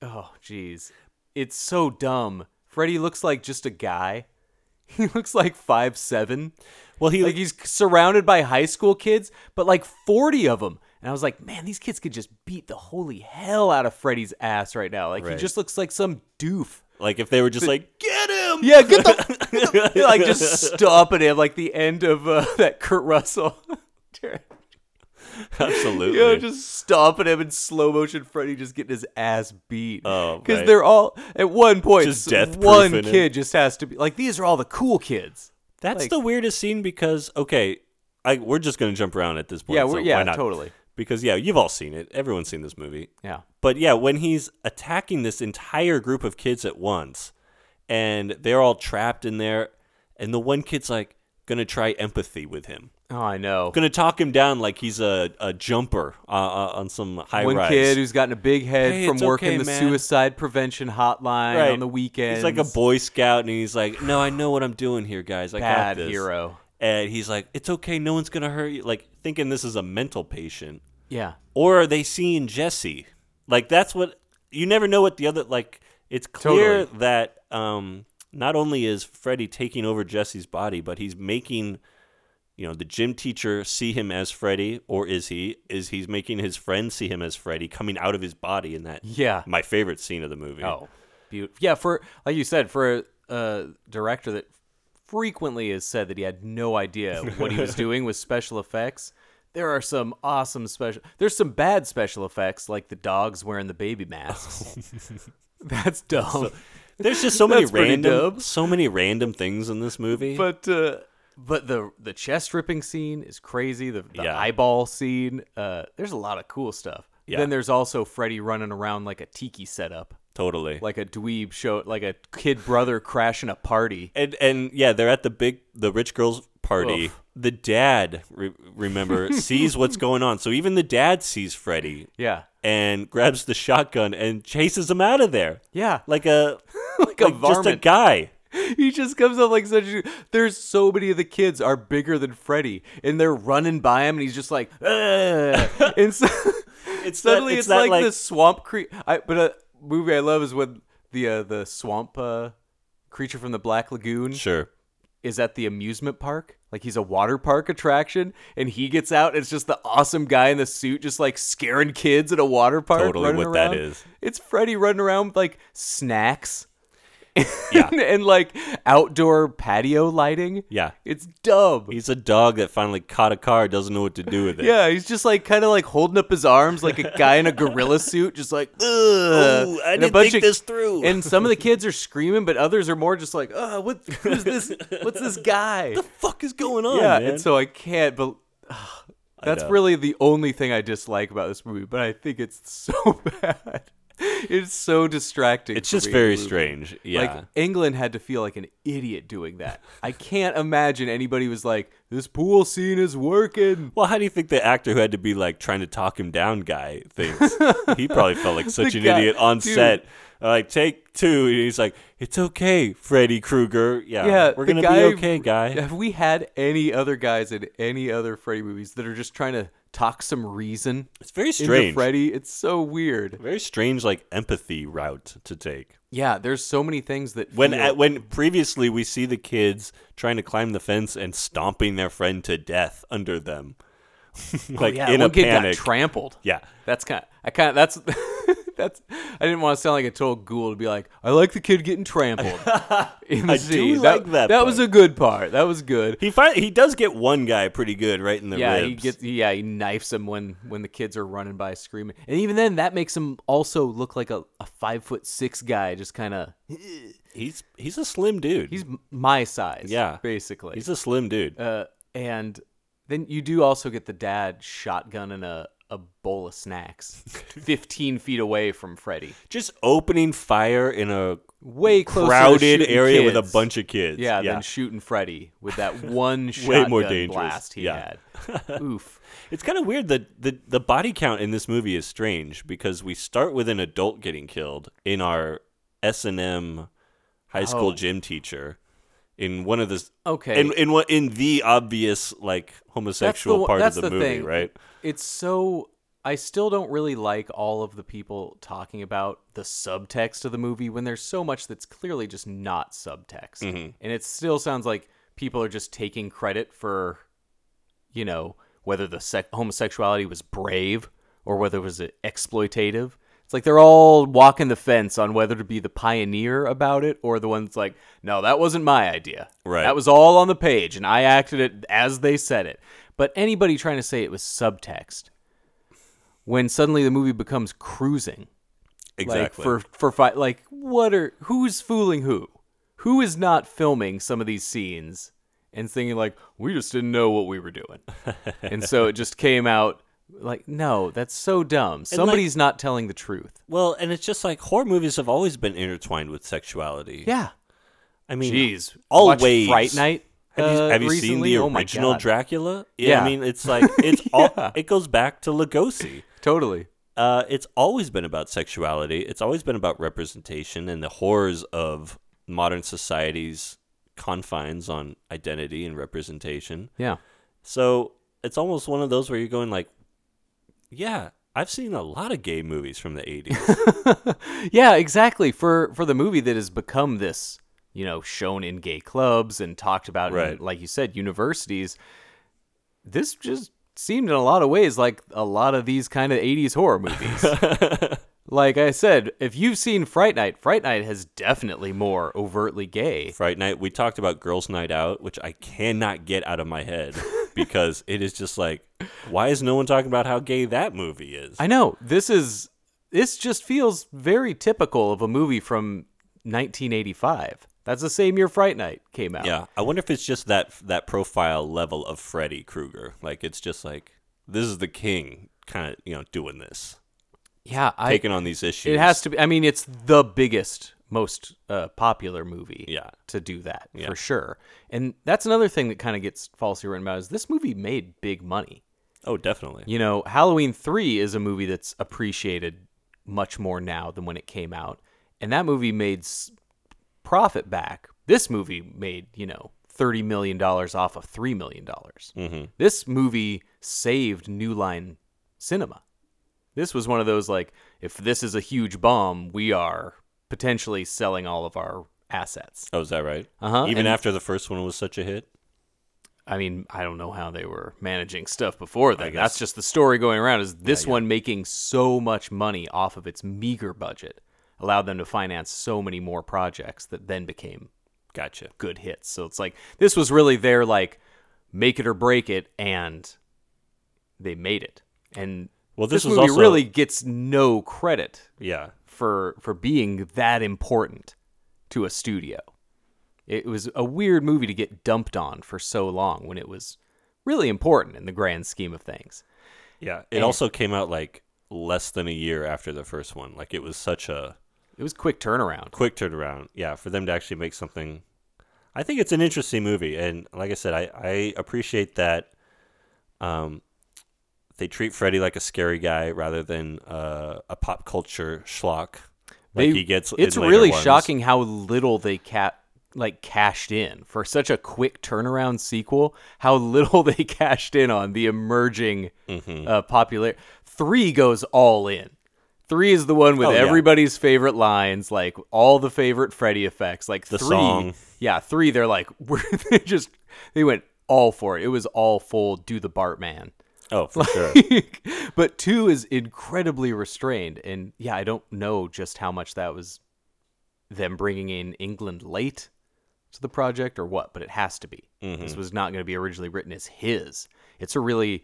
[SPEAKER 1] oh jeez, it's so dumb. Freddy looks like just a guy. He looks like five seven.
[SPEAKER 2] well, he
[SPEAKER 1] Like he's surrounded by high school kids, but like forty of them. And I was like, man, these kids could just beat the holy hell out of Freddy's ass right now. Like he
[SPEAKER 2] Right.
[SPEAKER 1] just looks like some doof.
[SPEAKER 2] like if they were just like get him.
[SPEAKER 1] Yeah, get the, get the- they're, like just stomping him like the end of uh, that Kurt Russell.
[SPEAKER 2] absolutely.
[SPEAKER 1] yeah, just stomping him in slow motion. Freddy just getting his ass beat.
[SPEAKER 2] Oh,
[SPEAKER 1] because
[SPEAKER 2] right.
[SPEAKER 1] they're all at one point.
[SPEAKER 2] Just
[SPEAKER 1] s-
[SPEAKER 2] death-proofing
[SPEAKER 1] one
[SPEAKER 2] him.
[SPEAKER 1] kid just has to be like these are all the cool kids.
[SPEAKER 2] That's
[SPEAKER 1] Like-
[SPEAKER 2] the weirdest scene because okay, I we're just gonna jump around at this point.
[SPEAKER 1] Yeah,
[SPEAKER 2] so
[SPEAKER 1] we're- yeah,
[SPEAKER 2] why not?
[SPEAKER 1] totally.
[SPEAKER 2] Because yeah, you've all seen it. Everyone's seen this movie.
[SPEAKER 1] Yeah,
[SPEAKER 2] But yeah, when he's attacking this entire group of kids at once, and they're all trapped in there, and the one kid's like gonna try empathy with him.
[SPEAKER 1] Oh, I know.
[SPEAKER 2] Gonna talk him down like he's a, a jumper uh, uh, on some high
[SPEAKER 1] One
[SPEAKER 2] rise.
[SPEAKER 1] kid who's gotten a big head
[SPEAKER 2] Hey,
[SPEAKER 1] from
[SPEAKER 2] it's
[SPEAKER 1] working
[SPEAKER 2] okay,
[SPEAKER 1] the
[SPEAKER 2] man.
[SPEAKER 1] suicide prevention hotline on the weekends.
[SPEAKER 2] He's like a Boy Scout, and he's like, "No, I know what I'm doing here, guys. I got
[SPEAKER 1] bad
[SPEAKER 2] this."
[SPEAKER 1] hero.
[SPEAKER 2] And he's like, "It's okay. No one's gonna hurt you." Like thinking this is a mental patient,
[SPEAKER 1] Yeah.
[SPEAKER 2] or are they seeing Jesse? Like that's what you never know what the other like. It's clear
[SPEAKER 1] Totally.
[SPEAKER 2] that um, not only is Freddy taking over Jesse's body, but he's making you know the gym teacher see him as Freddy, or is he? Is he's making his friend see him as Freddy coming out of his body in that?
[SPEAKER 1] Yeah.
[SPEAKER 2] my favorite scene of the movie.
[SPEAKER 1] Oh, beautiful. Yeah, for like you said, for a, a director that frequently has said that he had no idea what he was doing with special effects. There are some awesome special. There's some bad special effects, like the dogs wearing the baby masks. That's dumb.
[SPEAKER 2] There's just so many
[SPEAKER 1] That's pretty
[SPEAKER 2] random,
[SPEAKER 1] dope.
[SPEAKER 2] so many random things in this movie.
[SPEAKER 1] but uh, but the the chest ripping scene is crazy. The, the
[SPEAKER 2] Yeah.
[SPEAKER 1] eyeball scene. Uh, there's a lot of cool stuff.
[SPEAKER 2] Yeah.
[SPEAKER 1] Then there's also Freddy running around like a tiki setup,
[SPEAKER 2] totally,
[SPEAKER 1] like a dweeb show, like a kid brother crashing a party.
[SPEAKER 2] and and yeah, they're at the big, the rich girls party.
[SPEAKER 1] Oof.
[SPEAKER 2] The dad, re- remember, sees what's going on. So even the dad sees Freddy
[SPEAKER 1] Yeah.
[SPEAKER 2] and grabs the shotgun and chases him out of there.
[SPEAKER 1] Yeah.
[SPEAKER 2] like a
[SPEAKER 1] Like a
[SPEAKER 2] just a
[SPEAKER 1] varmint.
[SPEAKER 2] guy.
[SPEAKER 1] He just comes up like such a there's so many of the kids are bigger than Freddy and they're running by him and he's just like "Ugh." and so
[SPEAKER 2] It's that-
[SPEAKER 1] suddenly
[SPEAKER 2] it's
[SPEAKER 1] it's,
[SPEAKER 2] that,
[SPEAKER 1] like,
[SPEAKER 2] like-
[SPEAKER 1] the swamp creep I but a movie I love is when the uh, the swamp uh, creature from the black lagoon
[SPEAKER 2] Sure.
[SPEAKER 1] is at the amusement park like he's a water park attraction and he gets out and it's just the awesome guy in the suit just like scaring kids at a water park
[SPEAKER 2] Totally
[SPEAKER 1] running
[SPEAKER 2] what that
[SPEAKER 1] around.
[SPEAKER 2] is.
[SPEAKER 1] it's Freddy running around with like snacks
[SPEAKER 2] Yeah.
[SPEAKER 1] and, and, like outdoor patio lighting.
[SPEAKER 2] Yeah.
[SPEAKER 1] It's dumb.
[SPEAKER 2] He's a dog that finally caught a car, doesn't know what to do with it.
[SPEAKER 1] yeah, he's just like kind of like holding up his arms like a guy in a gorilla suit, just like, ugh.
[SPEAKER 2] Ooh, I
[SPEAKER 1] And
[SPEAKER 2] didn't think this through.
[SPEAKER 1] And some of the kids are screaming, but others are more just like, oh, what, who's this? What's this guy?
[SPEAKER 2] the fuck is going on?
[SPEAKER 1] yeah,
[SPEAKER 2] man?
[SPEAKER 1] and so I can't, but that's
[SPEAKER 2] know.
[SPEAKER 1] really the only thing I dislike about this movie, but I think it's so bad. It's so distracting.
[SPEAKER 2] it's
[SPEAKER 1] for
[SPEAKER 2] just
[SPEAKER 1] me in a
[SPEAKER 2] very
[SPEAKER 1] movie.
[SPEAKER 2] strange. Yeah,
[SPEAKER 1] Like England had to feel like an idiot doing that. I can't imagine anybody was like, "This pool scene is working."
[SPEAKER 2] Well, how do you think the actor who had to be like trying to talk him down guy thinks? he probably felt like such
[SPEAKER 1] The
[SPEAKER 2] an
[SPEAKER 1] guy-
[SPEAKER 2] idiot on
[SPEAKER 1] dude.
[SPEAKER 2] set. Uh, Like take two, and he's like, "It's okay, Freddy Krueger. Yeah,
[SPEAKER 1] Yeah,
[SPEAKER 2] we're
[SPEAKER 1] the
[SPEAKER 2] gonna
[SPEAKER 1] guy-
[SPEAKER 2] be okay, guy."
[SPEAKER 1] Have we had any other guys in any other Freddy movies that are just trying to talk some reason
[SPEAKER 2] It's very
[SPEAKER 1] into
[SPEAKER 2] strange.
[SPEAKER 1] Freddy? It's so weird.
[SPEAKER 2] Very strange, like empathy route to take.
[SPEAKER 1] Yeah, there's so many things that
[SPEAKER 2] When
[SPEAKER 1] feel-
[SPEAKER 2] at, when previously we see the kids trying to climb the fence and stomping their friend to death under them, like
[SPEAKER 1] Oh, yeah,
[SPEAKER 2] in
[SPEAKER 1] one
[SPEAKER 2] a
[SPEAKER 1] kid
[SPEAKER 2] panic.
[SPEAKER 1] got trampled.
[SPEAKER 2] yeah,
[SPEAKER 1] That's kind. Of, I kind of that's that's. I didn't want to sound like a total ghoul to be like, I like the kid getting trampled. in the
[SPEAKER 2] I do
[SPEAKER 1] scene.
[SPEAKER 2] like that
[SPEAKER 1] was
[SPEAKER 2] part.
[SPEAKER 1] a good part. That was good.
[SPEAKER 2] he finally, he does get one guy pretty good right in the
[SPEAKER 1] yeah,
[SPEAKER 2] ribs.
[SPEAKER 1] he gets. Yeah, he knifes him when when the kids are running by screaming, and even then, that makes him also look like a, a five foot six guy. Just kind of
[SPEAKER 2] he's he's a slim dude.
[SPEAKER 1] he's m- my size.
[SPEAKER 2] Yeah.
[SPEAKER 1] basically.
[SPEAKER 2] He's a slim dude.
[SPEAKER 1] uh, and then you do also get the dad shotgun and a a bowl of snacks, fifteen feet away from Freddy.
[SPEAKER 2] Just opening fire in a
[SPEAKER 1] way closer to
[SPEAKER 2] crowded
[SPEAKER 1] shooting
[SPEAKER 2] area with a
[SPEAKER 1] kids.
[SPEAKER 2] bunch of kids.
[SPEAKER 1] Yeah,
[SPEAKER 2] yeah.
[SPEAKER 1] than shooting Freddy with that one
[SPEAKER 2] Way
[SPEAKER 1] shotgun
[SPEAKER 2] more dangerous.
[SPEAKER 1] blast he
[SPEAKER 2] Yeah.
[SPEAKER 1] had. Oof.
[SPEAKER 2] it's kind of weird that the the body count in this movie is strange because we start with an adult getting killed in our S and M high school
[SPEAKER 1] Oh.
[SPEAKER 2] gym teacher in one of the s-
[SPEAKER 1] Okay.
[SPEAKER 2] in in what in the obvious like homosexual
[SPEAKER 1] one-
[SPEAKER 2] part
[SPEAKER 1] that's
[SPEAKER 2] of
[SPEAKER 1] the
[SPEAKER 2] the, movie,
[SPEAKER 1] thing.
[SPEAKER 2] right?
[SPEAKER 1] It's so I still don't really like all of the people talking about the subtext of the movie when there's so much that's clearly just not subtext.
[SPEAKER 2] Mm-hmm.
[SPEAKER 1] And it still sounds like people are just taking credit for you know, whether the sec- homosexuality was brave or whether it was exploitative. It's like they're all walking the fence on whether to be the pioneer about it or the one that's like, no, that wasn't my idea.
[SPEAKER 2] Right.
[SPEAKER 1] That was all on the page, and I acted it as they said it. But anybody trying to say it was subtext, when suddenly the movie becomes cruising,
[SPEAKER 2] Exactly.
[SPEAKER 1] like for for fi- like what are who's fooling who? Who is not filming some of these scenes and thinking like we just didn't know what we were doing, and so it just came out like no, that's so dumb. Somebody's not telling the truth.
[SPEAKER 2] well, and it's just like horror movies have always been intertwined with sexuality.
[SPEAKER 1] Yeah,
[SPEAKER 2] I mean,
[SPEAKER 1] Jeez. Watch
[SPEAKER 2] always
[SPEAKER 1] Fright Night.
[SPEAKER 2] Have you,
[SPEAKER 1] uh,
[SPEAKER 2] have you seen
[SPEAKER 1] recently.
[SPEAKER 2] the
[SPEAKER 1] Oh my
[SPEAKER 2] original
[SPEAKER 1] God.
[SPEAKER 2] Dracula?
[SPEAKER 1] Yeah.
[SPEAKER 2] I mean, it's like it's all. It goes back to Lugosi.
[SPEAKER 1] Totally.
[SPEAKER 2] Uh, it's always been about sexuality. It's always been about representation and the horrors of modern society's confines on identity and representation.
[SPEAKER 1] Yeah.
[SPEAKER 2] So it's almost one of those where you're going like, yeah, I've seen a lot of gay movies from the 80s.
[SPEAKER 1] Yeah, exactly. For for the movie that has become this, you know, shown in gay clubs and talked about in,
[SPEAKER 2] Right.
[SPEAKER 1] like you said, universities, this just seemed in a lot of ways like a lot of these kind of 80s horror movies. like I said, if you've seen Fright Night, Fright Night has definitely more overtly gay.
[SPEAKER 2] Fright Night, we talked about Girls Night Out, which I cannot get out of my head because it is just like, why is no one talking about how gay that movie is?
[SPEAKER 1] I know. This is this just feels very typical of a movie from 1985. That's the same year Fright Night came out.
[SPEAKER 2] Yeah, I wonder if it's just that that profile level of Freddy Krueger. Like it's just like this is the king, kind of you know doing this,
[SPEAKER 1] Yeah, I
[SPEAKER 2] taking on these issues.
[SPEAKER 1] It has to be. I mean, it's the biggest, most uh, popular movie.
[SPEAKER 2] Yeah.
[SPEAKER 1] To do that
[SPEAKER 2] Yeah.
[SPEAKER 1] for sure, and that's another thing that kind of gets falsely written about is this movie made big money.
[SPEAKER 2] Oh, definitely.
[SPEAKER 1] You know, Halloween three is a movie that's appreciated much more now than when it came out, and that movie made s- profit back. This movie made you know thirty million dollars off of three million dollars. This movie saved New Line Cinema. This was one of those like, if this is a huge bomb, we are potentially selling all of our assets.
[SPEAKER 2] Oh, is that right?
[SPEAKER 1] Uh-huh,
[SPEAKER 2] Even
[SPEAKER 1] and-
[SPEAKER 2] after the first one was such a hit.
[SPEAKER 1] I mean, I don't know how they were managing stuff before then.
[SPEAKER 2] guess-
[SPEAKER 1] That's just the story going around is this one making so much money off of its meager budget allowed them to finance so many more projects that then became
[SPEAKER 2] Gotcha.
[SPEAKER 1] good hits. So it's like this was really their like make it or break it and they made it. And
[SPEAKER 2] Well,
[SPEAKER 1] this,
[SPEAKER 2] this was
[SPEAKER 1] movie
[SPEAKER 2] also-
[SPEAKER 1] really gets no credit
[SPEAKER 2] Yeah.
[SPEAKER 1] for for being that important to a studio. It was a weird movie to get dumped on for so long when it was really important in the grand scheme of things.
[SPEAKER 2] Yeah. It also came out like less than a year after the first one. Like it was such a
[SPEAKER 1] It was quick turnaround.
[SPEAKER 2] quick turnaround. Yeah, for them to actually make something. I think it's an interesting movie, and like I said, I, I appreciate that. Um, they treat Freddy like a scary guy rather than uh, a pop culture schlock. Like
[SPEAKER 1] They-
[SPEAKER 2] he gets. in
[SPEAKER 1] It's
[SPEAKER 2] later
[SPEAKER 1] really
[SPEAKER 2] ones.
[SPEAKER 1] shocking how little they cap like cashed in for such a quick turnaround sequel. How little they cashed in on the emerging
[SPEAKER 2] Mm-hmm.
[SPEAKER 1] uh, popular. Three goes all in. Three is the one with
[SPEAKER 2] Oh, yeah.
[SPEAKER 1] everybody's favorite lines, like all the favorite Freddy effects, like
[SPEAKER 2] The
[SPEAKER 1] three.
[SPEAKER 2] song.
[SPEAKER 1] Yeah, three. They're like we're, they just they went all for it. It was all full. Do the Bartman.
[SPEAKER 2] Oh, for sure.
[SPEAKER 1] but two is incredibly restrained and yeah i don't know just how much that was them bringing in england late to the project or what but it has to be this was not going to be originally written as his it's a really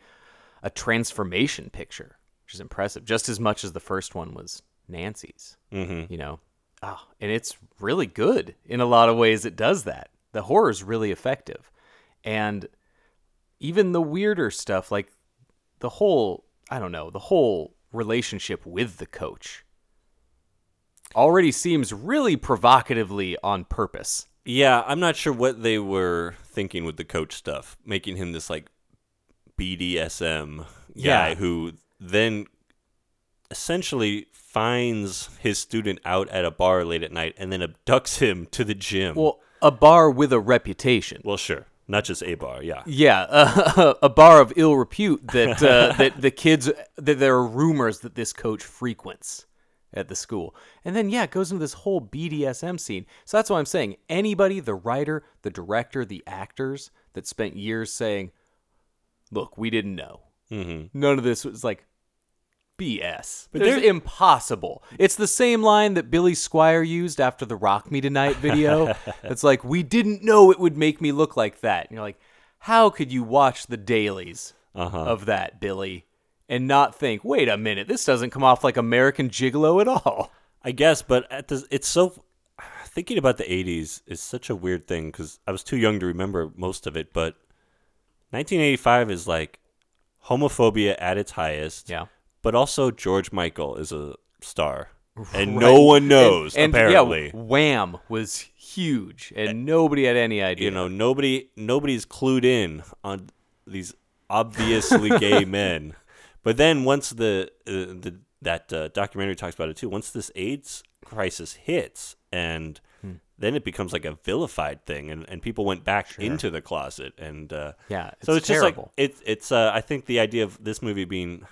[SPEAKER 1] a transformation picture which is impressive just as much as the first one was nancy's you know oh, and it's really good in a lot of ways it does that the horror is really effective and even the weirder stuff like the whole I don't know, the whole relationship with the coach already seems really provocatively on purpose.
[SPEAKER 2] Yeah, I'm not sure what they were thinking with the coach stuff, making him this like BDSM guy
[SPEAKER 1] Yeah.
[SPEAKER 2] who then essentially finds his student out at a bar late at night and then abducts him to the gym.
[SPEAKER 1] Well, a bar with a reputation.
[SPEAKER 2] well sure. Not just a bar, yeah.
[SPEAKER 1] yeah, a bar of ill repute that uh, that the kids that there are rumors that this coach frequents at the school, and then yeah, it goes into this whole BDSM scene. So that's why I'm saying anybody, the writer, the director, the actors that spent years saying, "Look, we didn't know. None of this was like." BS. But they're impossible. It's the same line that Billy Squire used after the Rock Me Tonight video. it's like, we didn't know it would make me look like that. And you're like, how could you watch the dailies
[SPEAKER 2] Uh-huh.
[SPEAKER 1] of that, Billy, and not think, wait a minute, this doesn't come off like American Gigolo at all?
[SPEAKER 2] I guess, but at the it's so thinking about the 80s is such a weird thing because I was too young to remember most of it, but 1985 is like homophobia at its highest.
[SPEAKER 1] Yeah.
[SPEAKER 2] but also George Michael is a star. and no one knows
[SPEAKER 1] and,
[SPEAKER 2] apparently.
[SPEAKER 1] yeah, Wham was huge, and nobody had any idea.
[SPEAKER 2] you know, nobody nobody's clued in on these obviously gay men. But then once the uh, the that uh, documentary talks about it too. Once this AIDS crisis hits and
[SPEAKER 1] Hmm.
[SPEAKER 2] then it becomes like a vilified thing and, and people went back into the closet and uh,
[SPEAKER 1] Yeah,
[SPEAKER 2] so it's
[SPEAKER 1] it's
[SPEAKER 2] just like
[SPEAKER 1] terrible.
[SPEAKER 2] it's it's uh, I think the idea of this movie being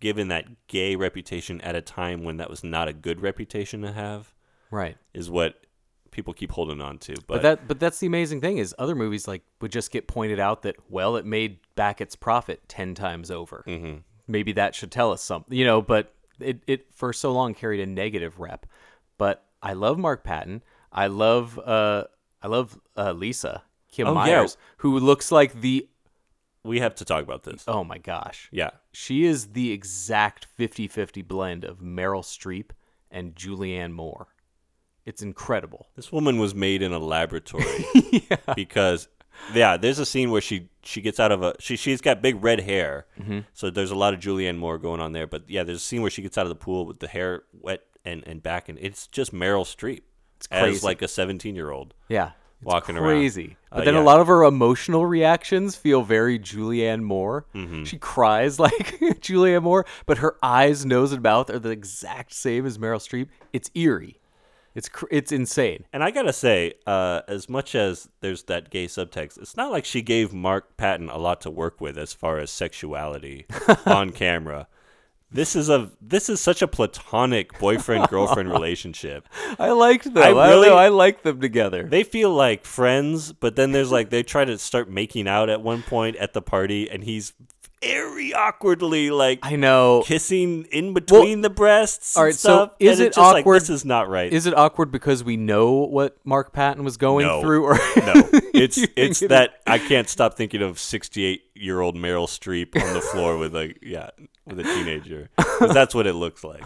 [SPEAKER 2] given that gay reputation at a time when that was not a good reputation to have
[SPEAKER 1] right?
[SPEAKER 2] is what people keep holding on to. But,
[SPEAKER 1] But that but that's the amazing thing is other movies like would just get pointed out that well it made back its profit ten times over. Mm-hmm. Maybe that should tell us something, you know. But it it for so long carried a negative rep. But I love Mark Patton. I love uh I love uh, Lisa Kim
[SPEAKER 2] Oh, yeah.
[SPEAKER 1] Myers who looks like the
[SPEAKER 2] we have to talk about this.
[SPEAKER 1] oh my gosh
[SPEAKER 2] Yeah.
[SPEAKER 1] she is the exact 50-50 blend of Meryl Streep and Julianne Moore. It's incredible.
[SPEAKER 2] This woman was made in a laboratory because yeah, there's a scene where she she gets out of a she she's got big red hair.
[SPEAKER 1] Mm-hmm.
[SPEAKER 2] So there's a lot of Julianne Moore going on there, but yeah, there's a scene where she gets out of the pool with the hair wet and and back and it's just Meryl Streep. It's As
[SPEAKER 1] crazy.
[SPEAKER 2] like a 17-year-old.
[SPEAKER 1] Yeah. It's
[SPEAKER 2] Walking around.
[SPEAKER 1] crazy. But
[SPEAKER 2] Uh,
[SPEAKER 1] then
[SPEAKER 2] yeah.
[SPEAKER 1] a lot of her emotional reactions feel very Julianne Moore.
[SPEAKER 2] Mm-hmm.
[SPEAKER 1] She cries like Julianne Moore, but her eyes, nose, and mouth are the exact same as Meryl Streep. It's eerie. It's cr- it's insane.
[SPEAKER 2] And I gotta say, uh, as much as there's that gay subtext, it's not like she gave Mark Patton a lot to work with as far as sexuality on camera. This is a this is such a platonic boyfriend girlfriend relationship.
[SPEAKER 1] I liked them.
[SPEAKER 2] I
[SPEAKER 1] I, don't
[SPEAKER 2] really-
[SPEAKER 1] know, I like them together.
[SPEAKER 2] They feel like friends, but then there's like they try to start making out at one point at the party, and he's very awkwardly like
[SPEAKER 1] I know.
[SPEAKER 2] kissing in between the breasts.
[SPEAKER 1] All
[SPEAKER 2] and
[SPEAKER 1] right, so
[SPEAKER 2] stuff,
[SPEAKER 1] is
[SPEAKER 2] and
[SPEAKER 1] it
[SPEAKER 2] it's just like,
[SPEAKER 1] awkward-
[SPEAKER 2] this is not right.
[SPEAKER 1] Is it awkward because we know what Mark Patton was going
[SPEAKER 2] No.
[SPEAKER 1] through? Or
[SPEAKER 2] No, it's
[SPEAKER 1] You think
[SPEAKER 2] it's
[SPEAKER 1] it-
[SPEAKER 2] that I can't stop thinking of sixty-eight-year-old Meryl Streep on the floor with a yeah with a teenager. 'Cause That's what it looks like.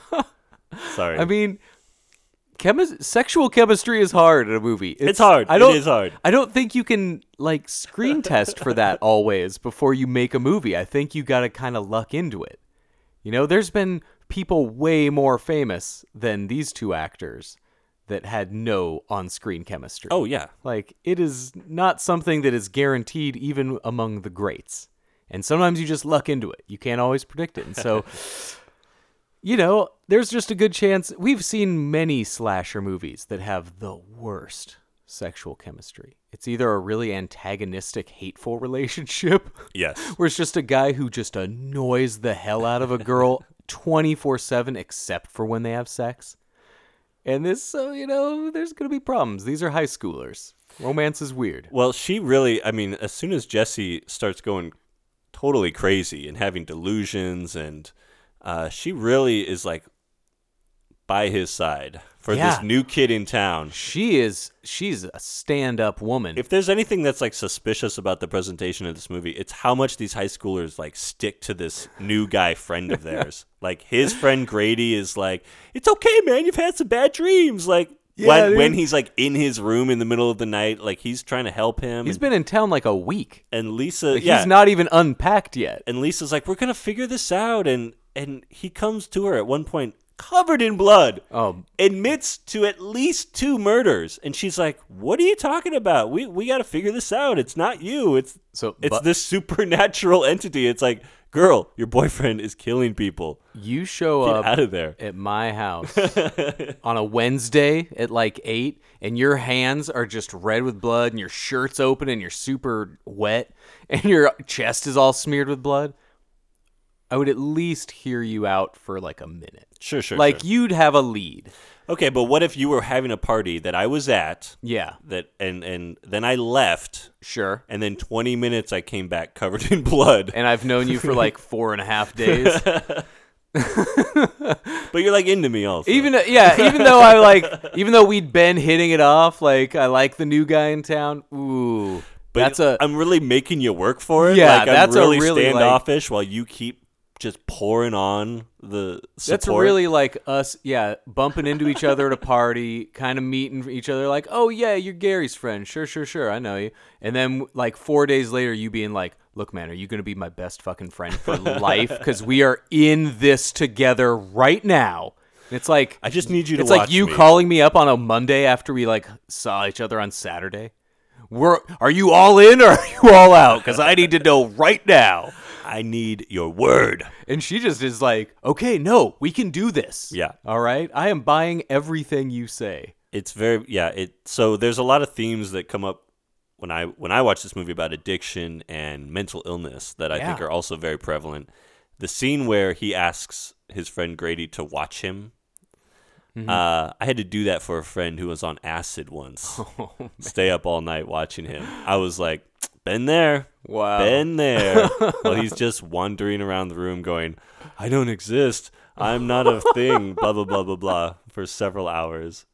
[SPEAKER 2] Sorry,
[SPEAKER 1] I mean, chemis- sexual chemistry is hard in a movie. It's,
[SPEAKER 2] hard.
[SPEAKER 1] I
[SPEAKER 2] It
[SPEAKER 1] don't,
[SPEAKER 2] is hard.
[SPEAKER 1] I don't think you can like screen test for that always before you make a movie. I think you got to kind of luck into it. You know, there's been people way more famous than these two actors that had no on-screen chemistry.
[SPEAKER 2] oh yeah,
[SPEAKER 1] Like it is not something that is guaranteed even among the greats. And sometimes you just luck into it. You can't always predict it. And so you know, there's just a good chance we've seen many slasher movies that have the worst sexual chemistry. It's either a really antagonistic, hateful relationship
[SPEAKER 2] yes.
[SPEAKER 1] where it's just a guy who just annoys the hell out of a girl 24/7 except for when they have sex. And this, so you know, there's going to be problems. These are high schoolers. Romance is weird.
[SPEAKER 2] Well, she really. I mean, as soon as Jesse starts going totally crazy and having delusions, and uh, she really is like by his side for
[SPEAKER 1] Yeah.
[SPEAKER 2] this new kid in town.
[SPEAKER 1] She is she's a stand-up woman.
[SPEAKER 2] if there's anything that's like suspicious about the presentation of this movie, it's how much these high schoolers like stick to this new guy friend of theirs. like his friend Grady is like, "It's okay, man. You've had some bad dreams." Like
[SPEAKER 1] Yeah,
[SPEAKER 2] when
[SPEAKER 1] dude.
[SPEAKER 2] when he's like in his room in the middle of the night, like he's trying to help him.
[SPEAKER 1] he's
[SPEAKER 2] and,
[SPEAKER 1] been in town like a week.
[SPEAKER 2] and Lisa,
[SPEAKER 1] Like,
[SPEAKER 2] Uh, yeah,
[SPEAKER 1] He's not even unpacked yet.
[SPEAKER 2] and Lisa's like, "We're gonna figure this out." And and he comes to her at one point covered in blood.
[SPEAKER 1] Oh.
[SPEAKER 2] Admits to at least two murders, and she's like, "What are you talking about? We we got to figure this out. It's not you. It's
[SPEAKER 1] So,
[SPEAKER 2] it's
[SPEAKER 1] but-
[SPEAKER 2] this supernatural entity. It's like, girl, your boyfriend is killing people.
[SPEAKER 1] You show
[SPEAKER 2] Get
[SPEAKER 1] up
[SPEAKER 2] out of there.
[SPEAKER 1] at my house on a Wednesday at like eight, and your hands are just red with blood, and your shirt's open, and you're super wet, and your chest is all smeared with blood. I would at least hear you out for like a minute.
[SPEAKER 2] Sure, sure.
[SPEAKER 1] like
[SPEAKER 2] sure.
[SPEAKER 1] you'd have a lead.
[SPEAKER 2] okay, but what if you were having a party that I was at
[SPEAKER 1] Yeah,
[SPEAKER 2] that and and then I left,
[SPEAKER 1] sure.
[SPEAKER 2] and then twenty minutes I came back covered in blood.
[SPEAKER 1] And I've known you for like four and a half days.
[SPEAKER 2] but you're like into me also.
[SPEAKER 1] Even uh, yeah, even though I like, even though we'd been hitting it off, like I like the new guy in town. Ooh,
[SPEAKER 2] But
[SPEAKER 1] that's a
[SPEAKER 2] I'm really making you work for it.
[SPEAKER 1] Yeah,
[SPEAKER 2] like,
[SPEAKER 1] that's a
[SPEAKER 2] I'm really,
[SPEAKER 1] really, like-
[SPEAKER 2] standoffish while you keep just pouring on the support.
[SPEAKER 1] That's really like us, yeah, bumping into each other at a party, kind of meeting each other, like, oh, yeah, you're Gary's friend. Sure, sure, sure. I know you. And then, like, four days later, you being like, look, man, are you going to be my best fucking friend for life? Because we are in this together right now. It's like
[SPEAKER 2] I just need you to
[SPEAKER 1] It's like
[SPEAKER 2] watch
[SPEAKER 1] you
[SPEAKER 2] me.
[SPEAKER 1] calling me up on a Monday after we like saw each other on Saturday. We're are you all in or are you all out? Because I need to know right now.
[SPEAKER 2] I need your word.
[SPEAKER 1] And she just is like, okay, no, we can do this.
[SPEAKER 2] Yeah.
[SPEAKER 1] All right. I am buying everything you say.
[SPEAKER 2] It's very yeah, it so there's a lot of themes that come up when I when I watch this movie about addiction and mental illness that I think
[SPEAKER 1] Yeah.
[SPEAKER 2] are also very prevalent. The scene where he asks his friend Grady to watch him.
[SPEAKER 1] Mm-hmm.
[SPEAKER 2] Uh, I had to do that for a friend who was on acid
[SPEAKER 1] Oh.
[SPEAKER 2] once. Stay up all night watching him. I was like, been there.
[SPEAKER 1] Wow.
[SPEAKER 2] Been there. well, he's just wandering around the room going, I don't exist. I'm not a thing. blah, blah, blah, blah, blah, for several hours.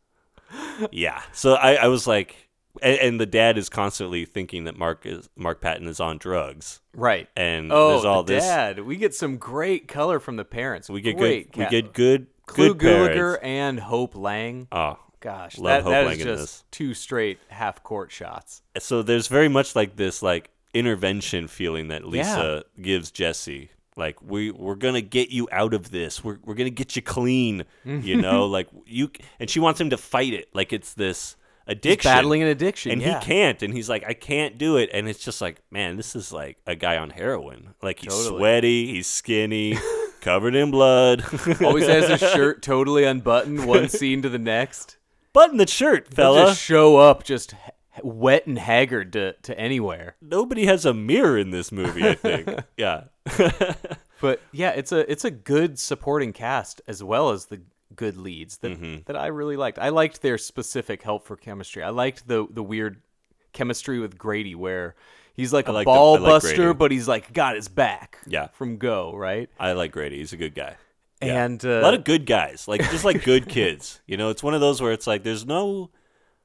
[SPEAKER 2] Yeah. So I, I was like, and, and the dad is constantly thinking that Mark is Mark Patton is on drugs.
[SPEAKER 1] Right.
[SPEAKER 2] And
[SPEAKER 1] oh,
[SPEAKER 2] there's all
[SPEAKER 1] the
[SPEAKER 2] this.
[SPEAKER 1] dad. We get some great color from the parents.
[SPEAKER 2] We get
[SPEAKER 1] Great
[SPEAKER 2] good. We
[SPEAKER 1] ca-
[SPEAKER 2] get good.
[SPEAKER 1] Clu
[SPEAKER 2] good
[SPEAKER 1] Gulager
[SPEAKER 2] parents.
[SPEAKER 1] and Hope Lang.
[SPEAKER 2] Oh.
[SPEAKER 1] Gosh,
[SPEAKER 2] love
[SPEAKER 1] that,
[SPEAKER 2] Hope
[SPEAKER 1] that is
[SPEAKER 2] Lang in
[SPEAKER 1] just
[SPEAKER 2] this.
[SPEAKER 1] two straight half court shots.
[SPEAKER 2] so there's very much like this like intervention feeling that Lisa gives Jesse. Like we we're gonna get you out of this. We're we're gonna get you clean. You know, like you and she wants him to fight it. Like it's this addiction,
[SPEAKER 1] battling an addiction,
[SPEAKER 2] and
[SPEAKER 1] yeah.
[SPEAKER 2] he can't. And he's like, I can't do it. And it's just like, man, this is like a guy on heroin. Like he's
[SPEAKER 1] Totally.
[SPEAKER 2] sweaty, he's skinny, covered in blood.
[SPEAKER 1] Always has his shirt totally unbuttoned, one scene to the next.
[SPEAKER 2] Button the shirt,
[SPEAKER 1] He'll
[SPEAKER 2] fella.
[SPEAKER 1] just show up just h- wet and haggard to, to anywhere.
[SPEAKER 2] Nobody has a mirror in this movie. I think. yeah.
[SPEAKER 1] But yeah, it's a it's a good supporting cast as well as the good leads that
[SPEAKER 2] Mm-hmm.
[SPEAKER 1] that I really liked. I liked their specific help for chemistry. I liked the the weird chemistry with Grady where he's like a
[SPEAKER 2] like the- I
[SPEAKER 1] ball
[SPEAKER 2] like
[SPEAKER 1] buster,
[SPEAKER 2] Grady.
[SPEAKER 1] but he's like got his back.
[SPEAKER 2] Yeah.
[SPEAKER 1] From go, right?
[SPEAKER 2] I like Grady. He's a good guy.
[SPEAKER 1] And
[SPEAKER 2] a
[SPEAKER 1] uh,
[SPEAKER 2] lot of good guys, like just like good kids. You know, it's one of those where it's like there's no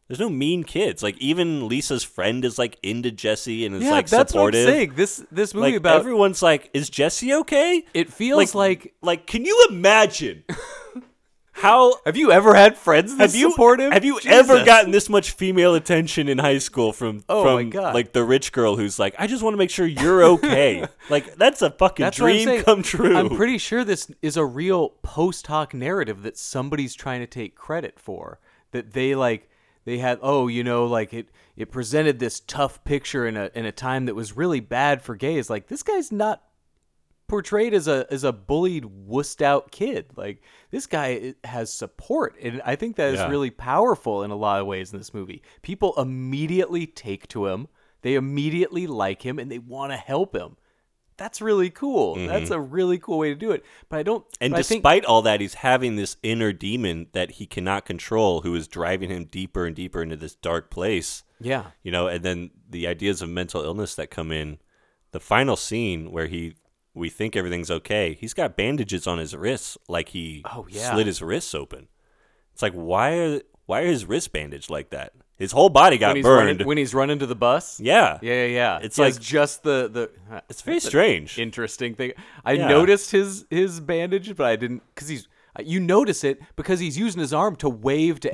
[SPEAKER 2] there's no mean kids. Like even Lisa's friend is like into Jesse and is
[SPEAKER 1] yeah,
[SPEAKER 2] like
[SPEAKER 1] that's
[SPEAKER 2] supportive.
[SPEAKER 1] what I'm saying. This this movie
[SPEAKER 2] Like
[SPEAKER 1] about
[SPEAKER 2] everyone's like, is Jesse okay?
[SPEAKER 1] it feels like
[SPEAKER 2] like can you imagine how
[SPEAKER 1] Have you ever had friends this
[SPEAKER 2] have you
[SPEAKER 1] supportive?
[SPEAKER 2] have you ever
[SPEAKER 1] Jesus.
[SPEAKER 2] gotten this much female attention in high school from
[SPEAKER 1] Oh my
[SPEAKER 2] from
[SPEAKER 1] God.
[SPEAKER 2] like the rich girl who's like, I just want to make sure you're okay. like that's a fucking
[SPEAKER 1] That's what I'm
[SPEAKER 2] dream
[SPEAKER 1] saying.
[SPEAKER 2] come true.
[SPEAKER 1] I'm pretty sure this is a real post hoc narrative that somebody's trying to take credit for. That they like they had oh you know like it it presented this tough picture in a in a time that was really bad for gays. Like this guy's not portrayed as a as a bullied wussed out kid. Like this guy i- has support, and I think that is
[SPEAKER 2] Yeah.
[SPEAKER 1] really powerful in a lot of ways in this movie. People immediately take to him. They immediately like him and they want to help him. That's really cool. That's a really cool way to do it. But I don't.
[SPEAKER 2] Mm-hmm. And
[SPEAKER 1] but I think-
[SPEAKER 2] despite all that, he's having this inner demon that he cannot control, who is driving him deeper and deeper into this dark place.
[SPEAKER 1] yeah,
[SPEAKER 2] You know, and then the ideas of mental illness that come in. The final scene where he, we think everything's okay. He's got bandages on his wrists, like he
[SPEAKER 1] Oh, yeah.
[SPEAKER 2] slit his wrists open. It's like why are why are his wrists bandaged like that? His whole body got
[SPEAKER 1] when he's
[SPEAKER 2] burned.
[SPEAKER 1] running, when he's running to the bus.
[SPEAKER 2] yeah,
[SPEAKER 1] Yeah, yeah, yeah.
[SPEAKER 2] It's
[SPEAKER 1] He has
[SPEAKER 2] like-
[SPEAKER 1] just the the. uh,
[SPEAKER 2] it's very strange.
[SPEAKER 1] interesting thing. I
[SPEAKER 2] Yeah.
[SPEAKER 1] noticed his his bandage, but I didn't because he's. You notice it because he's using his arm to wave to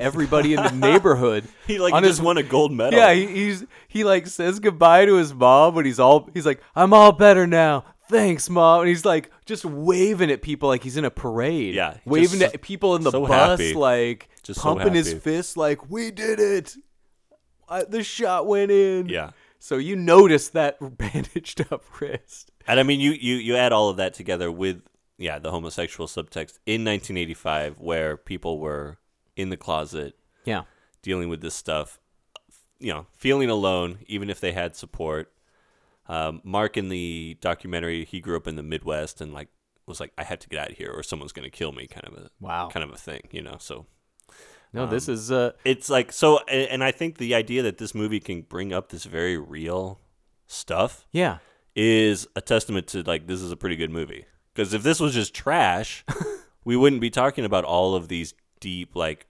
[SPEAKER 1] everybody in the neighborhood.
[SPEAKER 2] he like
[SPEAKER 1] on
[SPEAKER 2] just
[SPEAKER 1] his-
[SPEAKER 2] won a gold medal.
[SPEAKER 1] Yeah, he, he's he like says goodbye to his mom, but he's all he's like, "I'm all better now, thanks, mom." And he's like just waving at people like he's in a parade.
[SPEAKER 2] Yeah, he
[SPEAKER 1] waving
[SPEAKER 2] just
[SPEAKER 1] at people in the
[SPEAKER 2] so
[SPEAKER 1] bus,
[SPEAKER 2] happy.
[SPEAKER 1] like
[SPEAKER 2] Just so
[SPEAKER 1] pumping his
[SPEAKER 2] happy.
[SPEAKER 1] fist, like, "We did it! I, the shot went in."
[SPEAKER 2] yeah.
[SPEAKER 1] So you notice that bandaged up wrist.
[SPEAKER 2] And I mean, you you you add all of that together with yeah the homosexual subtext in 1985, where people were in the closet
[SPEAKER 1] Yeah.
[SPEAKER 2] dealing with this stuff, you know, feeling alone, even if they had support. Um, Mark in the documentary, he grew up in the Midwest and like was like, I have to get out of here, or someone's gonna kill me, kind of a
[SPEAKER 1] Wow.
[SPEAKER 2] kind of a thing, you know. So
[SPEAKER 1] No, this is uh
[SPEAKER 2] it's like so, and, and I think the idea that this movie can bring up this very real stuff
[SPEAKER 1] yeah.
[SPEAKER 2] is a testament to like this is a pretty good movie. Because if this was just trash, we wouldn't be talking about all of these deep like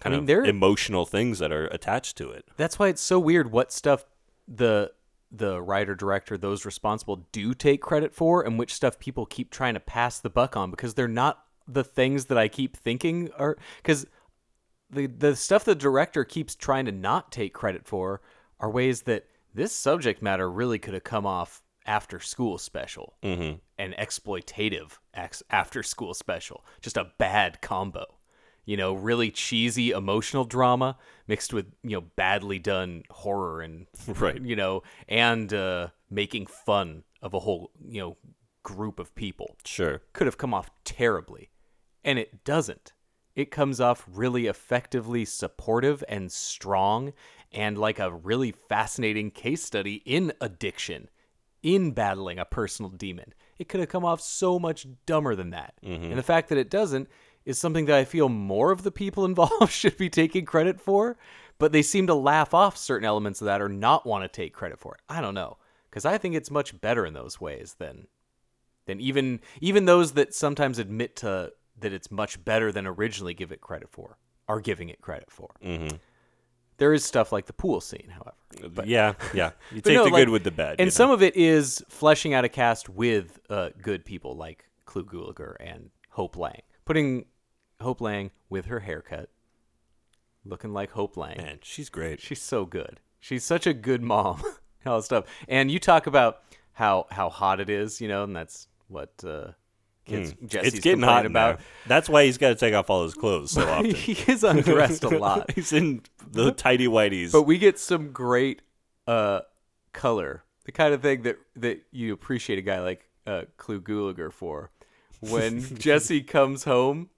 [SPEAKER 2] kind
[SPEAKER 1] mean,
[SPEAKER 2] of
[SPEAKER 1] there-
[SPEAKER 2] emotional things that are attached to it.
[SPEAKER 1] That's why it's so weird what stuff the the writer director those responsible do take credit for and which stuff people keep trying to pass the buck on because they're not the things that I keep thinking are cuz the the stuff the director keeps trying to not take credit for are ways that this subject matter really could have come off after school special mm-hmm. an exploitative ex- after school special just a bad combo you know, really cheesy emotional drama mixed with, you know, badly done horror and,
[SPEAKER 2] Right.
[SPEAKER 1] you know, and uh, making fun of a whole, you know, group of people.
[SPEAKER 2] Sure.
[SPEAKER 1] Could have come off terribly, and it doesn't. It comes off really effectively supportive and strong and like a really fascinating case study in addiction, in battling a personal demon. It could have come off so much dumber than that. And the fact that it doesn't is something that I feel more of the people involved should be taking credit for, but they seem to laugh off certain elements of that or not want to take credit for it. I don't know, cuz I think it's much better in those ways than than even even those that sometimes admit to that it's much better than originally give it credit for are giving it credit for.
[SPEAKER 2] Mm-hmm.
[SPEAKER 1] There is stuff like the pool scene, however.
[SPEAKER 2] yeah, yeah. You
[SPEAKER 1] But
[SPEAKER 2] take
[SPEAKER 1] no,
[SPEAKER 2] the
[SPEAKER 1] like-
[SPEAKER 2] good with the bad.
[SPEAKER 1] and
[SPEAKER 2] you
[SPEAKER 1] some
[SPEAKER 2] know?
[SPEAKER 1] of it is fleshing out a cast with uh, good people like Clu Gulager and Hope Lang. Putting Hope Lang with her haircut, looking like Hope Lang.
[SPEAKER 2] man, she's great.
[SPEAKER 1] She's so good. She's such a good mom. and all that stuff. And you talk about how how hot it is, you know, and that's what uh, kids Jesse's
[SPEAKER 2] Hmm. it's getting hot
[SPEAKER 1] complaining
[SPEAKER 2] in
[SPEAKER 1] about.
[SPEAKER 2] there. That's why he's got to take off all his clothes so often.
[SPEAKER 1] he is undressed a lot.
[SPEAKER 2] he's in the tidy whities.
[SPEAKER 1] But we get some great uh, color, the kind of thing that that you appreciate a guy like uh, Clu Gulager for. When Jesse comes home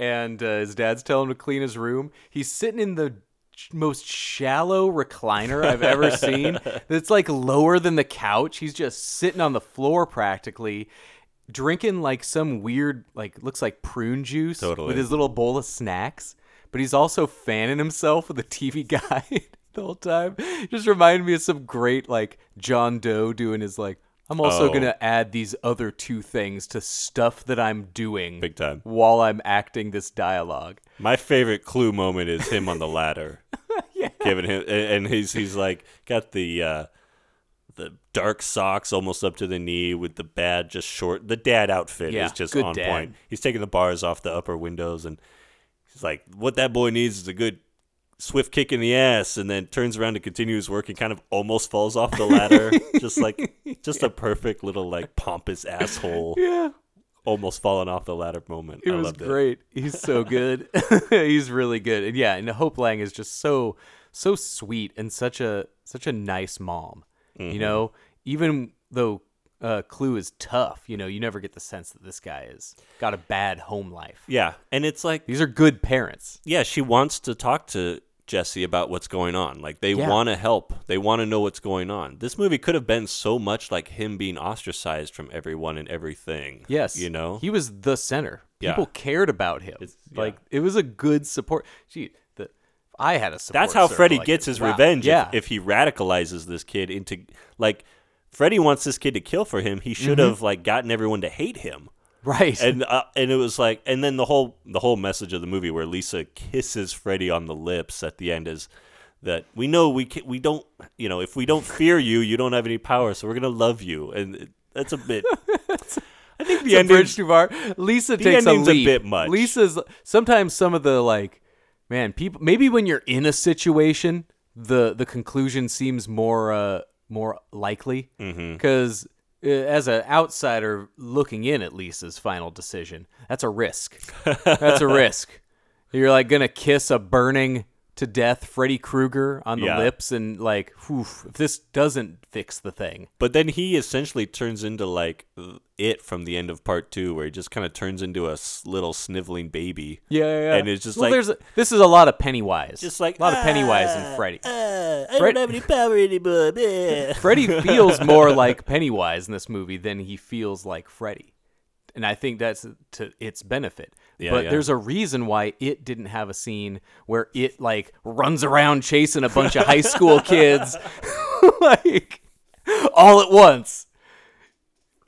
[SPEAKER 1] and uh, his dad's telling him to clean his room, he's sitting in the sh- most shallow recliner I've ever seen. That's like lower than the couch. He's just sitting on the floor practically. Drinking like some weird, like looks like prune juice
[SPEAKER 2] Totally.
[SPEAKER 1] with his little bowl of snacks, but he's also fanning himself with a TV guide the whole time. Just reminded me of some great like John Doe doing his like I'm also
[SPEAKER 2] Oh.
[SPEAKER 1] gonna add these other two things to stuff that I'm doing
[SPEAKER 2] Big time.
[SPEAKER 1] while I'm acting this dialogue.
[SPEAKER 2] My favorite clue moment is him on the ladder. Giving him and and he's he's like got the uh the dark socks almost up to the knee with the bad just short the dad outfit
[SPEAKER 1] Yeah,
[SPEAKER 2] is just
[SPEAKER 1] good
[SPEAKER 2] on
[SPEAKER 1] dad.
[SPEAKER 2] point. He's taking the bars off the upper windows and he's like what that boy needs is a good swift kick in the ass and then turns around to continue his work and kind of almost falls off the ladder just like just a perfect little like pompous asshole
[SPEAKER 1] Yeah.
[SPEAKER 2] almost falling off the ladder moment
[SPEAKER 1] It
[SPEAKER 2] i
[SPEAKER 1] was
[SPEAKER 2] loved it
[SPEAKER 1] great. He's so good. He's really good. And yeah, and Hope Lang is just so so sweet and such a such a nice mom.
[SPEAKER 2] Mm-hmm.
[SPEAKER 1] You know, even though uh, Clue is tough, you know, you never get the sense that this guy is got a bad home life.
[SPEAKER 2] yeah and it's like
[SPEAKER 1] These are good parents.
[SPEAKER 2] yeah, she wants to talk to Jesse about what's going on. Like they
[SPEAKER 1] Yeah.
[SPEAKER 2] want to help. They want to know what's going on. This movie could have been so much like him being ostracized from everyone and everything.
[SPEAKER 1] Yes.
[SPEAKER 2] you know.
[SPEAKER 1] He was the center.
[SPEAKER 2] Yeah.
[SPEAKER 1] People cared about him.
[SPEAKER 2] yeah.
[SPEAKER 1] Like it was a good support. Gee, the I had a support.
[SPEAKER 2] That's how
[SPEAKER 1] circle
[SPEAKER 2] Freddy
[SPEAKER 1] like
[SPEAKER 2] gets
[SPEAKER 1] this.
[SPEAKER 2] his
[SPEAKER 1] Wow.
[SPEAKER 2] revenge.
[SPEAKER 1] Yeah.
[SPEAKER 2] If, if he radicalizes this kid into like Freddy wants this kid to kill for him. He
[SPEAKER 1] Mm-hmm.
[SPEAKER 2] should have like gotten everyone to hate him.
[SPEAKER 1] right.
[SPEAKER 2] and uh, and it was like and then the whole the whole message of the movie where Lisa kisses Freddy on the lips at the end is that we know we can, we don't you know if we don't fear you you don't have any power so we're gonna love you and it, that's a bit I think the
[SPEAKER 1] the
[SPEAKER 2] ending
[SPEAKER 1] bridge too far. Lisa
[SPEAKER 2] the
[SPEAKER 1] takes a
[SPEAKER 2] ending's a
[SPEAKER 1] leap.
[SPEAKER 2] bit much.
[SPEAKER 1] Lisa's sometimes some of the like, man, people. Maybe when you're in a situation, the the conclusion seems more uh more likely
[SPEAKER 2] Mm-hmm.
[SPEAKER 1] because as an outsider looking in at Lisa's final decision, that's a risk. that's a risk. You're like gonna kiss a burning to death Freddy Krueger on the
[SPEAKER 2] Yeah.
[SPEAKER 1] lips and like, whew, if this doesn't fix the thing,
[SPEAKER 2] but then he essentially turns into like it from the end of part two where he just kind of turns into a s- little sniveling baby
[SPEAKER 1] Yeah, yeah, yeah.
[SPEAKER 2] and it's just
[SPEAKER 1] well,
[SPEAKER 2] like
[SPEAKER 1] there's a, this is a lot of Pennywise,
[SPEAKER 2] Just like,
[SPEAKER 1] a lot of Pennywise
[SPEAKER 2] "Ah,
[SPEAKER 1] and Freddy.
[SPEAKER 2] uh, I
[SPEAKER 1] Fred-
[SPEAKER 2] don't have any power anymore bleh."
[SPEAKER 1] Freddy feels more like Pennywise in this movie than he feels like Freddy, and I think that's to its benefit.
[SPEAKER 2] Yeah,
[SPEAKER 1] but
[SPEAKER 2] yeah.
[SPEAKER 1] there's a reason why it didn't have a scene where it like runs around chasing a bunch of high school kids, like all at once.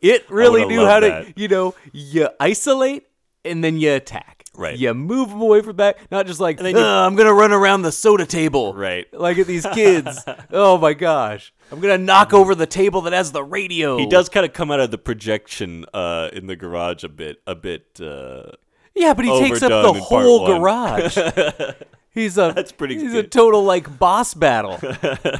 [SPEAKER 1] It really
[SPEAKER 2] would've
[SPEAKER 1] knew
[SPEAKER 2] loved
[SPEAKER 1] how to,
[SPEAKER 2] that.
[SPEAKER 1] you know, you isolate and then you attack.
[SPEAKER 2] Right.
[SPEAKER 1] You move them away from that, not just like,
[SPEAKER 2] then you-
[SPEAKER 1] "Ugh, I'm going to run around the soda table.
[SPEAKER 2] Right.
[SPEAKER 1] Like at these kids. oh my gosh. I'm going to knock over the table that has the radio.
[SPEAKER 2] He does kind of come out of the projection uh, in the garage a bit, a bit. Uh,
[SPEAKER 1] Yeah, but he takes up
[SPEAKER 2] overdone
[SPEAKER 1] the
[SPEAKER 2] in part
[SPEAKER 1] whole
[SPEAKER 2] one.
[SPEAKER 1] garage. He's a
[SPEAKER 2] That's pretty
[SPEAKER 1] He's a
[SPEAKER 2] good.
[SPEAKER 1] total like boss battle.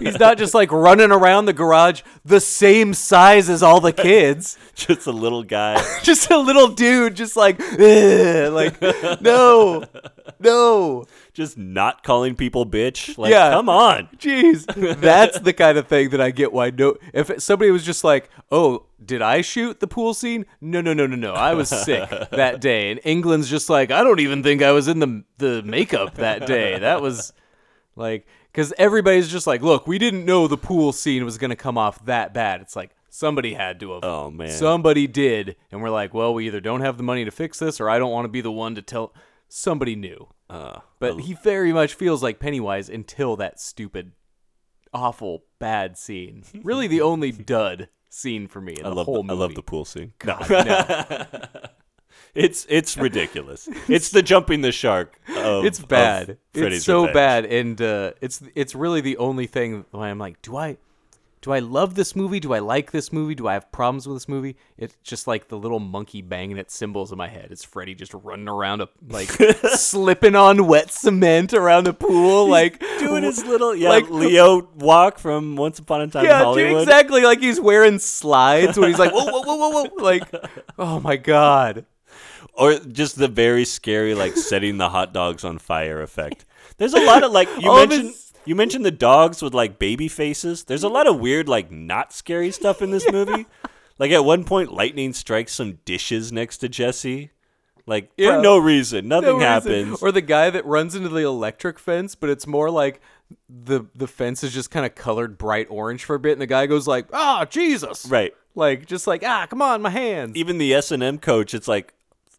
[SPEAKER 1] he's not just like running around the garage the same size as all the kids.
[SPEAKER 2] just a little guy.
[SPEAKER 1] just a little dude, just like, "Ugh," like no, no.
[SPEAKER 2] Just not calling people bitch. Like,
[SPEAKER 1] Yeah.
[SPEAKER 2] come on.
[SPEAKER 1] Jeez, that's the kind of thing that I get why no. If somebody was just like, "Oh, did I shoot the pool scene?" No, no, no, no, no. I was sick that day, and England's just like, "I don't even think I was in the the makeup that day." That was like because everybody's just like, "Look, we didn't know the pool scene was gonna come off that bad." It's like somebody had to have.
[SPEAKER 2] Oh, man.
[SPEAKER 1] somebody did, and we're like, "Well, we either don't have the money to fix this, or I don't want to be the one to tell." Somebody knew.
[SPEAKER 2] Uh,
[SPEAKER 1] But he very much feels like Pennywise until that stupid, awful, bad scene. Really, the only dud scene for me in
[SPEAKER 2] I
[SPEAKER 1] the
[SPEAKER 2] love
[SPEAKER 1] whole
[SPEAKER 2] the, I
[SPEAKER 1] movie.
[SPEAKER 2] love the pool scene.
[SPEAKER 1] God, no.
[SPEAKER 2] It's it's ridiculous. it's the jumping the shark. Of,
[SPEAKER 1] It's
[SPEAKER 2] of
[SPEAKER 1] bad.
[SPEAKER 2] Freddy's
[SPEAKER 1] It's so
[SPEAKER 2] Revenge.
[SPEAKER 1] bad, and uh, it's it's really the only thing when I'm like, do I, do I love this movie? Do I like this movie? Do I have problems with this movie? It's just like the little monkey banging at cymbals in my head. It's Freddy just running around a like slipping on wet cement around a pool, like
[SPEAKER 2] Doing his little yeah,
[SPEAKER 1] like-
[SPEAKER 2] Leo walk from Once Upon a Time
[SPEAKER 1] yeah,
[SPEAKER 2] in
[SPEAKER 1] dude,
[SPEAKER 2] Hollywood.
[SPEAKER 1] exactly. Like he's wearing slides when he's like, whoa, whoa, whoa, whoa, whoa. Like, oh my god.
[SPEAKER 2] Or just the very scary like setting the hot dogs on fire effect. There's a lot of like you
[SPEAKER 1] All of
[SPEAKER 2] mentioned
[SPEAKER 1] his-
[SPEAKER 2] you mentioned the dogs with like baby faces. There's a lot of weird like not scary stuff in this movie. Like at one point lightning strikes some dishes next to Jesse. Like
[SPEAKER 1] Yeah.
[SPEAKER 2] for no reason. Nothing
[SPEAKER 1] No reason.
[SPEAKER 2] happens.
[SPEAKER 1] Or the guy that runs into the electric fence, but it's more like the the fence is just kind of colored bright orange for a bit, and the guy goes like, "Ah, Jesus!"
[SPEAKER 2] right.
[SPEAKER 1] Like just like, "Ah, come on, my hands."
[SPEAKER 2] even the S and M coach, it's like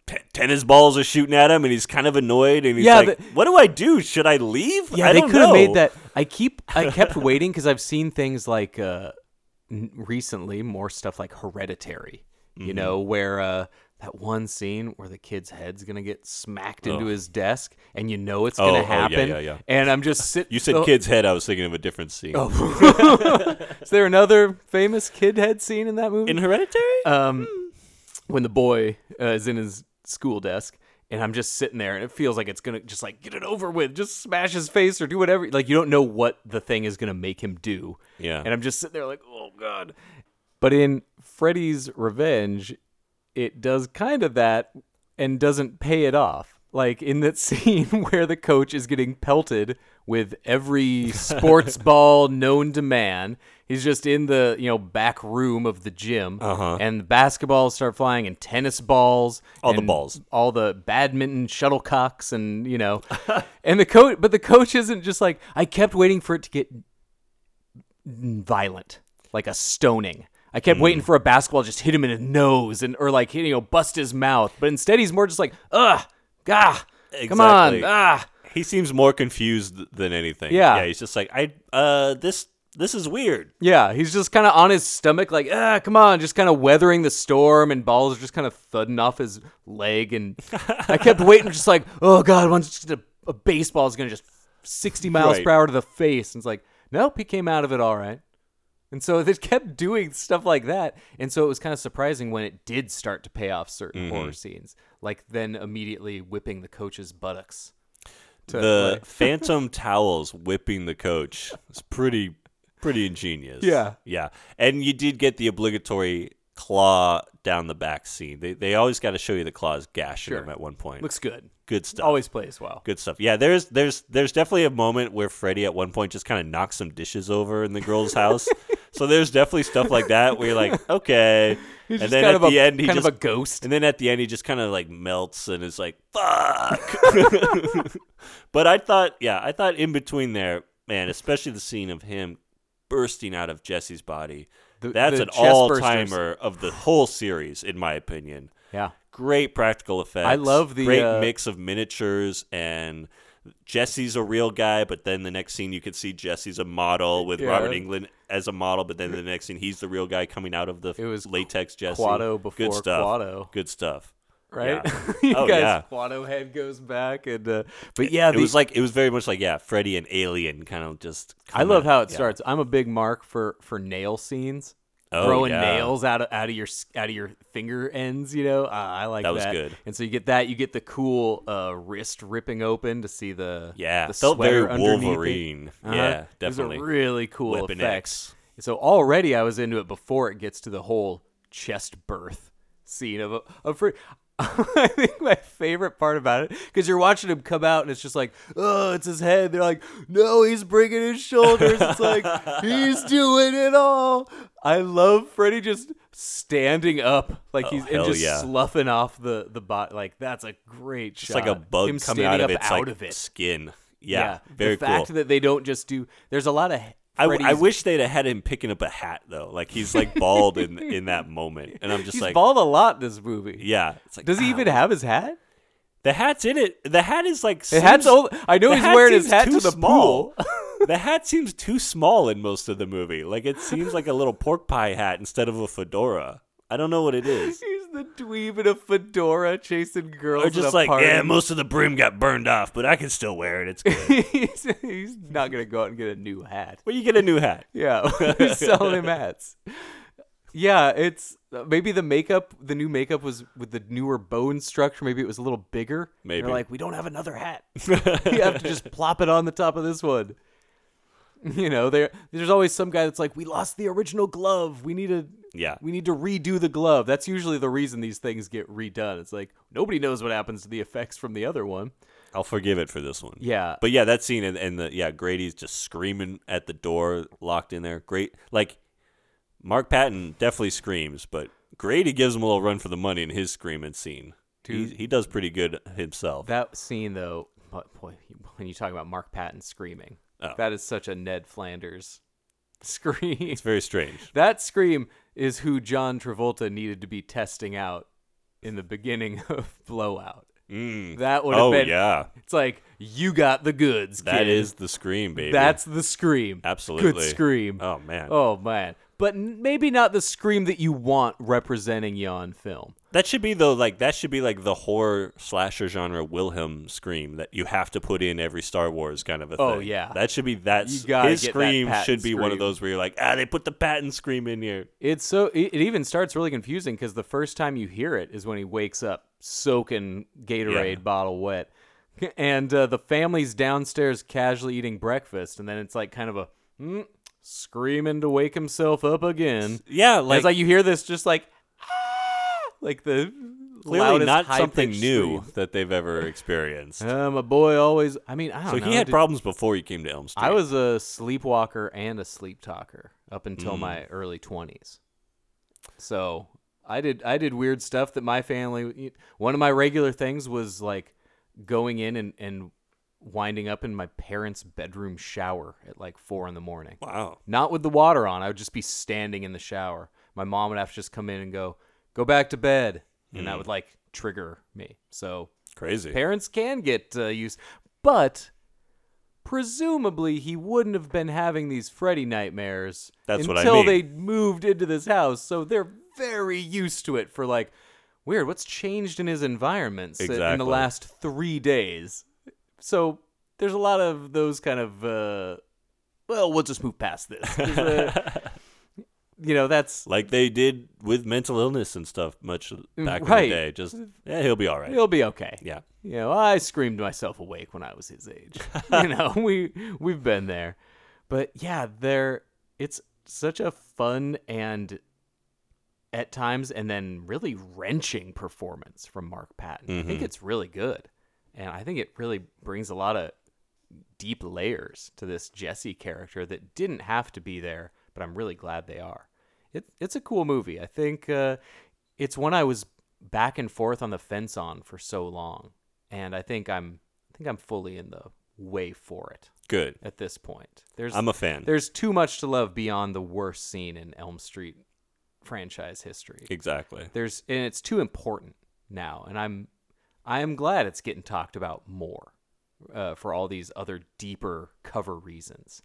[SPEAKER 2] t- tennis balls are shooting at him, and he's kind of annoyed, and he's
[SPEAKER 1] Yeah,
[SPEAKER 2] like,
[SPEAKER 1] the-
[SPEAKER 2] "What do I do? Should I leave?
[SPEAKER 1] yeah,
[SPEAKER 2] I
[SPEAKER 1] they
[SPEAKER 2] don't
[SPEAKER 1] could have
[SPEAKER 2] know."
[SPEAKER 1] made that. I keep I kept waiting because I've seen things like uh, n- recently more stuff like Hereditary, you
[SPEAKER 2] Mm-hmm.
[SPEAKER 1] know, where uh, that one scene where the kid's head's gonna get smacked into his desk, and you know it's
[SPEAKER 2] Oh,
[SPEAKER 1] gonna
[SPEAKER 2] oh, yeah,
[SPEAKER 1] happen.
[SPEAKER 2] yeah, yeah.
[SPEAKER 1] And I'm just oh, sitting.
[SPEAKER 2] You said kid's head. I was thinking of a different scene
[SPEAKER 1] Oh. Is there another famous kid head scene in that movie?
[SPEAKER 2] in Hereditary.
[SPEAKER 1] um, when the boy uh, is in his school desk and i'm just sitting there and it feels like it's gonna just like get it over with just smash his face or do whatever like you don't know what the thing is gonna make him do
[SPEAKER 2] Yeah.
[SPEAKER 1] and i'm just sitting there like oh god but in freddy's revenge it does kind of that and doesn't pay it off like in that scene where the coach is getting pelted with every sports ball known to man he's just in the you know back room of the gym and the basketballs start flying and tennis balls
[SPEAKER 2] Uh-huh. All the
[SPEAKER 1] and
[SPEAKER 2] balls.
[SPEAKER 1] all the badminton shuttlecocks and you know and the coach but the coach isn't just like i kept waiting for it to get violent, like a stoning. I kept waiting for a basketball to just hit him in his nose and or like you know bust his mouth, but instead he's more just like ugh, gah, come on,
[SPEAKER 2] Exactly.
[SPEAKER 1] ah.
[SPEAKER 2] he seems more confused th- than anything.
[SPEAKER 1] Yeah.
[SPEAKER 2] yeah. He's just like, I uh, this this is weird.
[SPEAKER 1] Yeah, he's just kind of on his stomach, like ah, come on, just kind of weathering the storm, and balls are just kind of thudding off his leg, and I kept waiting, just like oh god, one's just a, a baseball is gonna just sixty miles per
[SPEAKER 2] Right.
[SPEAKER 1] hour to the face, and it's like nope, he came out of it all right. And so they kept doing stuff like that. And so it was kind of surprising when it did start to pay off certain
[SPEAKER 2] Mm-hmm.
[SPEAKER 1] horror scenes, like then immediately whipping the coach's buttocks. to-
[SPEAKER 2] The
[SPEAKER 1] like-
[SPEAKER 2] phantom towels whipping the coach is pretty pretty ingenious.
[SPEAKER 1] Yeah.
[SPEAKER 2] yeah, and you did get the obligatory claw down the back scene. They they always got to show you the claws gashing
[SPEAKER 1] Sure.
[SPEAKER 2] him at one point.
[SPEAKER 1] looks good.
[SPEAKER 2] good stuff.
[SPEAKER 1] Always plays well.
[SPEAKER 2] good stuff. Yeah, there's there's there's definitely a moment where Freddy at one point just kind of knocks some dishes over in the girl's house. So there's definitely stuff like that where you're like, okay.
[SPEAKER 1] He's
[SPEAKER 2] and
[SPEAKER 1] just
[SPEAKER 2] then at
[SPEAKER 1] kind of a-
[SPEAKER 2] the end, he
[SPEAKER 1] kind of
[SPEAKER 2] just
[SPEAKER 1] a ghost.
[SPEAKER 2] And then at the end, he just kind of like melts and is like, fuck. but I thought, yeah, I thought in between there, man, especially the scene of him bursting out of Jesse's body.
[SPEAKER 1] The-
[SPEAKER 2] that's
[SPEAKER 1] the
[SPEAKER 2] an
[SPEAKER 1] chest
[SPEAKER 2] all
[SPEAKER 1] bursters.
[SPEAKER 2] timer of the whole series, in my opinion
[SPEAKER 1] Yeah.
[SPEAKER 2] great practical effects.
[SPEAKER 1] love the,
[SPEAKER 2] great
[SPEAKER 1] uh,
[SPEAKER 2] mix of miniatures and Jesse's a real guy, but then the next scene you could see Jesse's a model with
[SPEAKER 1] Yeah.
[SPEAKER 2] Robert England as a model, but then the next scene he's the real guy coming out of the
[SPEAKER 1] It was
[SPEAKER 2] latex Jesse.
[SPEAKER 1] Quado
[SPEAKER 2] Good
[SPEAKER 1] before
[SPEAKER 2] stuff.
[SPEAKER 1] Quado.
[SPEAKER 2] Good stuff.
[SPEAKER 1] right?
[SPEAKER 2] Yeah.
[SPEAKER 1] you
[SPEAKER 2] Oh,
[SPEAKER 1] guys,
[SPEAKER 2] yeah.
[SPEAKER 1] Quado head goes back, and uh, but yeah,
[SPEAKER 2] It
[SPEAKER 1] the-
[SPEAKER 2] was like it was very much like yeah, Freddy and Alien kind of just.
[SPEAKER 1] I love
[SPEAKER 2] coming-
[SPEAKER 1] how it
[SPEAKER 2] yeah.
[SPEAKER 1] starts. I'm a big mark for for nail scenes,
[SPEAKER 2] Oh,
[SPEAKER 1] throwing
[SPEAKER 2] yeah.
[SPEAKER 1] nails out of out of your s- out of your finger ends. You know, uh, I like
[SPEAKER 2] That
[SPEAKER 1] that.
[SPEAKER 2] was good.
[SPEAKER 1] And so you get that. You get the cool uh, wrist ripping open to see the
[SPEAKER 2] Yeah,
[SPEAKER 1] the
[SPEAKER 2] felt very
[SPEAKER 1] sweater underneath it.
[SPEAKER 2] Wolverine.
[SPEAKER 1] Uh-huh.
[SPEAKER 2] Yeah,
[SPEAKER 1] It
[SPEAKER 2] definitely.
[SPEAKER 1] was a really cool
[SPEAKER 2] Weapon
[SPEAKER 1] effect.
[SPEAKER 2] X.
[SPEAKER 1] So already I was into it before it gets to the whole chest birth scene of a, of Fre- I think my favorite part about it because you're watching him come out and it's just like, oh, it's his head. They're like, no, he's bringing his shoulders. It's like he's doing it all. I love Freddy just standing up like he's and
[SPEAKER 2] Oh, hell
[SPEAKER 1] just
[SPEAKER 2] yeah.
[SPEAKER 1] sloughing off the the bot. Like that's a great
[SPEAKER 2] It's
[SPEAKER 1] shot.
[SPEAKER 2] like a bug
[SPEAKER 1] him
[SPEAKER 2] coming
[SPEAKER 1] standing
[SPEAKER 2] out of
[SPEAKER 1] up
[SPEAKER 2] its
[SPEAKER 1] out
[SPEAKER 2] like,
[SPEAKER 1] of it.
[SPEAKER 2] skin. Yeah, very
[SPEAKER 1] the fact
[SPEAKER 2] cool.
[SPEAKER 1] that they don't just do. There's a lot of.
[SPEAKER 2] I,
[SPEAKER 1] Freddy's,
[SPEAKER 2] I wish they'd have had him picking up a hat though. Like he's like bald in in that moment, and I'm just
[SPEAKER 1] he's
[SPEAKER 2] like,
[SPEAKER 1] bald a lot in this movie.
[SPEAKER 2] yeah. It's like,
[SPEAKER 1] Does he
[SPEAKER 2] ah,
[SPEAKER 1] even have his hat?
[SPEAKER 2] the hat's in it? The hat is like
[SPEAKER 1] The hat's
[SPEAKER 2] seems-
[SPEAKER 1] old. I know
[SPEAKER 2] the
[SPEAKER 1] he's wearing his
[SPEAKER 2] seems
[SPEAKER 1] hat
[SPEAKER 2] too
[SPEAKER 1] to the
[SPEAKER 2] small.
[SPEAKER 1] pool.
[SPEAKER 2] the hat seems too small in most of the movie. Like it seems like a little pork pie hat instead of a fedora. I don't know what it is.
[SPEAKER 1] He's the dweeb in a fedora chasing girls.
[SPEAKER 2] Or
[SPEAKER 1] at
[SPEAKER 2] just
[SPEAKER 1] a
[SPEAKER 2] like,
[SPEAKER 1] party.
[SPEAKER 2] yeah, most of the brim got burned off, but I can still wear it. It's good.
[SPEAKER 1] he's, he's not gonna go out and get a new hat.
[SPEAKER 2] well, you get a new hat.
[SPEAKER 1] Yeah, we're selling him hats. Yeah, it's maybe the makeup. The new makeup was with the newer bone structure. Maybe it was a little bigger. And
[SPEAKER 2] Maybe.
[SPEAKER 1] they're like, we don't have another hat. you have to just plop it on the top of this one. You know, there. There's always some guy that's like, we lost the original glove. We need a.
[SPEAKER 2] Yeah.
[SPEAKER 1] We need to redo the glove. That's usually the reason these things get redone. It's like nobody knows what happens to the effects from the other one.
[SPEAKER 2] I'll forgive it for this one.
[SPEAKER 1] Yeah.
[SPEAKER 2] But yeah, that scene and, and the yeah, Grady's just screaming at the door, locked in there. Great like Mark Patton definitely screams, but Grady gives him a little run for the money in his screaming scene. He, he does pretty good himself.
[SPEAKER 1] That scene, though, but boy, when you talk about Mark Patton screaming,
[SPEAKER 2] Oh.
[SPEAKER 1] that is such a Ned Flanders scream.
[SPEAKER 2] it's very strange.
[SPEAKER 1] That scream is who John Travolta needed to be testing out in the beginning of Blowout.
[SPEAKER 2] Mm.
[SPEAKER 1] That would have
[SPEAKER 2] Oh
[SPEAKER 1] been.
[SPEAKER 2] yeah.
[SPEAKER 1] It's like you got the goods.
[SPEAKER 2] That
[SPEAKER 1] kid.
[SPEAKER 2] is the scream, baby.
[SPEAKER 1] That's the scream. Good
[SPEAKER 2] Absolutely.
[SPEAKER 1] scream.
[SPEAKER 2] Oh, man.
[SPEAKER 1] Oh man. But n- maybe not the scream that you want representing you on film.
[SPEAKER 2] that should be though like that should be like the horror slasher genre Wilhelm scream that you have to put in every Star Wars kind of a thing.
[SPEAKER 1] Oh, yeah.
[SPEAKER 2] That should be that's
[SPEAKER 1] You gotta
[SPEAKER 2] his
[SPEAKER 1] get that
[SPEAKER 2] scream
[SPEAKER 1] Patton
[SPEAKER 2] should be one of
[SPEAKER 1] scream.
[SPEAKER 2] those where you're like, ah, they put the Patton scream in here.
[SPEAKER 1] It's so it, it even starts really confusing because the first time you hear it is when he wakes up soaking Gatorade
[SPEAKER 2] Yeah.
[SPEAKER 1] bottle wet, and uh, the family's downstairs casually eating breakfast, and then it's like kind of a mm, screaming to wake himself up again.
[SPEAKER 2] Yeah,
[SPEAKER 1] Like,
[SPEAKER 2] like,
[SPEAKER 1] it's like you hear this just like "Ah!" like the
[SPEAKER 2] clearly
[SPEAKER 1] loudest,
[SPEAKER 2] not
[SPEAKER 1] high-pitched
[SPEAKER 2] something new
[SPEAKER 1] scream.
[SPEAKER 2] that they've ever experienced.
[SPEAKER 1] Uh, my boy always. I mean, I don't
[SPEAKER 2] so
[SPEAKER 1] know.
[SPEAKER 2] he had
[SPEAKER 1] did-
[SPEAKER 2] problems before he came to Elm Street.
[SPEAKER 1] I was a sleepwalker and a sleep talker up until my early twenties. So I did I did weird stuff that my family. One of my regular things was like going in and and winding up in my parents' bedroom shower at like four in the morning.
[SPEAKER 2] wow.
[SPEAKER 1] Not with the water on. I would just be standing in the shower. My mom would have to just come in and go go back to bed, and that would like trigger me. So
[SPEAKER 2] Crazy.
[SPEAKER 1] parents can get uh, used but presumably he wouldn't have been having these freddy nightmares
[SPEAKER 2] That's what I
[SPEAKER 1] until
[SPEAKER 2] mean.
[SPEAKER 1] they moved into this house so they're very used to it for like weird what's changed in his environment si- in the
[SPEAKER 2] Exactly.
[SPEAKER 1] last three days so there's a lot of those kind of uh, well we'll just move past this There's a- you know that's
[SPEAKER 2] like they did with mental illness and stuff much back in
[SPEAKER 1] Mm, Right.
[SPEAKER 2] the day. Just yeah, he'll be all right.
[SPEAKER 1] he'll be okay
[SPEAKER 2] yeah.
[SPEAKER 1] You know, I screamed myself awake when I was his age. you know, we we've been there. But yeah, there it's such a fun and at times and then really wrenching performance from Mark Patton. I think it's really good. And I think it really brings a lot of deep layers to this Jesse character that didn't have to be there, but I'm really glad they are. It, it's a cool movie. I think uh, it's one I was back and forth on the fence on for so long, and I think I'm I think I'm fully in the way for it
[SPEAKER 2] Good.
[SPEAKER 1] at this point. There's
[SPEAKER 2] I'm a fan.
[SPEAKER 1] There's too much to love beyond the worst scene in Elm Street franchise history.
[SPEAKER 2] Exactly.
[SPEAKER 1] There's and it's too important now, and I'm I am glad it's getting talked about more uh, for all these other deeper cover reasons,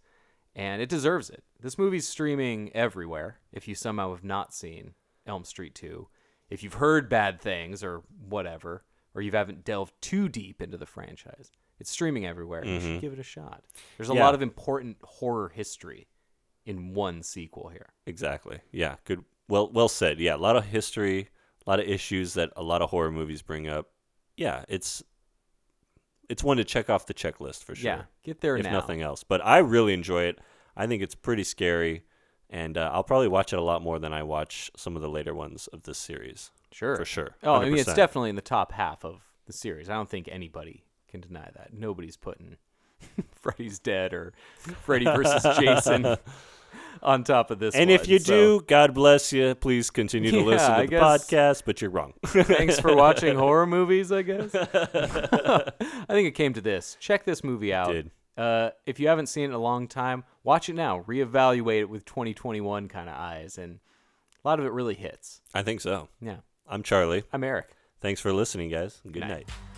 [SPEAKER 1] and it deserves it. This movie's streaming everywhere. If you somehow have not seen Elm Street Two, if you've heard bad things or whatever, or you haven't delved too deep into the franchise, it's streaming everywhere. You should give it a shot. There's a
[SPEAKER 2] Mm-hmm. Yeah.
[SPEAKER 1] lot of important horror history in one sequel here.
[SPEAKER 2] Exactly. Yeah. Good. Well, well said. Yeah. A lot of history, a lot of issues that a lot of horror movies bring up. Yeah. It's it's one to check off the checklist for sure.
[SPEAKER 1] Yeah, get there
[SPEAKER 2] if
[SPEAKER 1] now.
[SPEAKER 2] nothing else. But I really enjoy it. I think it's pretty scary, and uh, I'll probably watch it a lot more than I watch some of the later ones of this series.
[SPEAKER 1] Sure.
[SPEAKER 2] For sure.
[SPEAKER 1] Oh, I mean, it's
[SPEAKER 2] 100%.
[SPEAKER 1] definitely in the top half of the series. I don't think anybody can deny that. Nobody's putting Freddy's Dead or Freddy versus Jason on top of this.
[SPEAKER 2] And if
[SPEAKER 1] one,
[SPEAKER 2] you
[SPEAKER 1] so
[SPEAKER 2] do, God bless you. Please continue to
[SPEAKER 1] Yeah,
[SPEAKER 2] listen to
[SPEAKER 1] I
[SPEAKER 2] the
[SPEAKER 1] guess-
[SPEAKER 2] podcast, but you're wrong.
[SPEAKER 1] thanks for watching horror movies, I guess. I think it came to this. Check this movie out.
[SPEAKER 2] did.
[SPEAKER 1] Uh, if you haven't seen it in a long time, watch it now. Reevaluate it with 2021 kind of eyes, and a lot of it really hits.
[SPEAKER 2] I think so.
[SPEAKER 1] Yeah.
[SPEAKER 2] I'm Charlie.
[SPEAKER 1] I'm Eric.
[SPEAKER 2] Thanks for listening, guys. Good
[SPEAKER 1] Night.
[SPEAKER 2] night.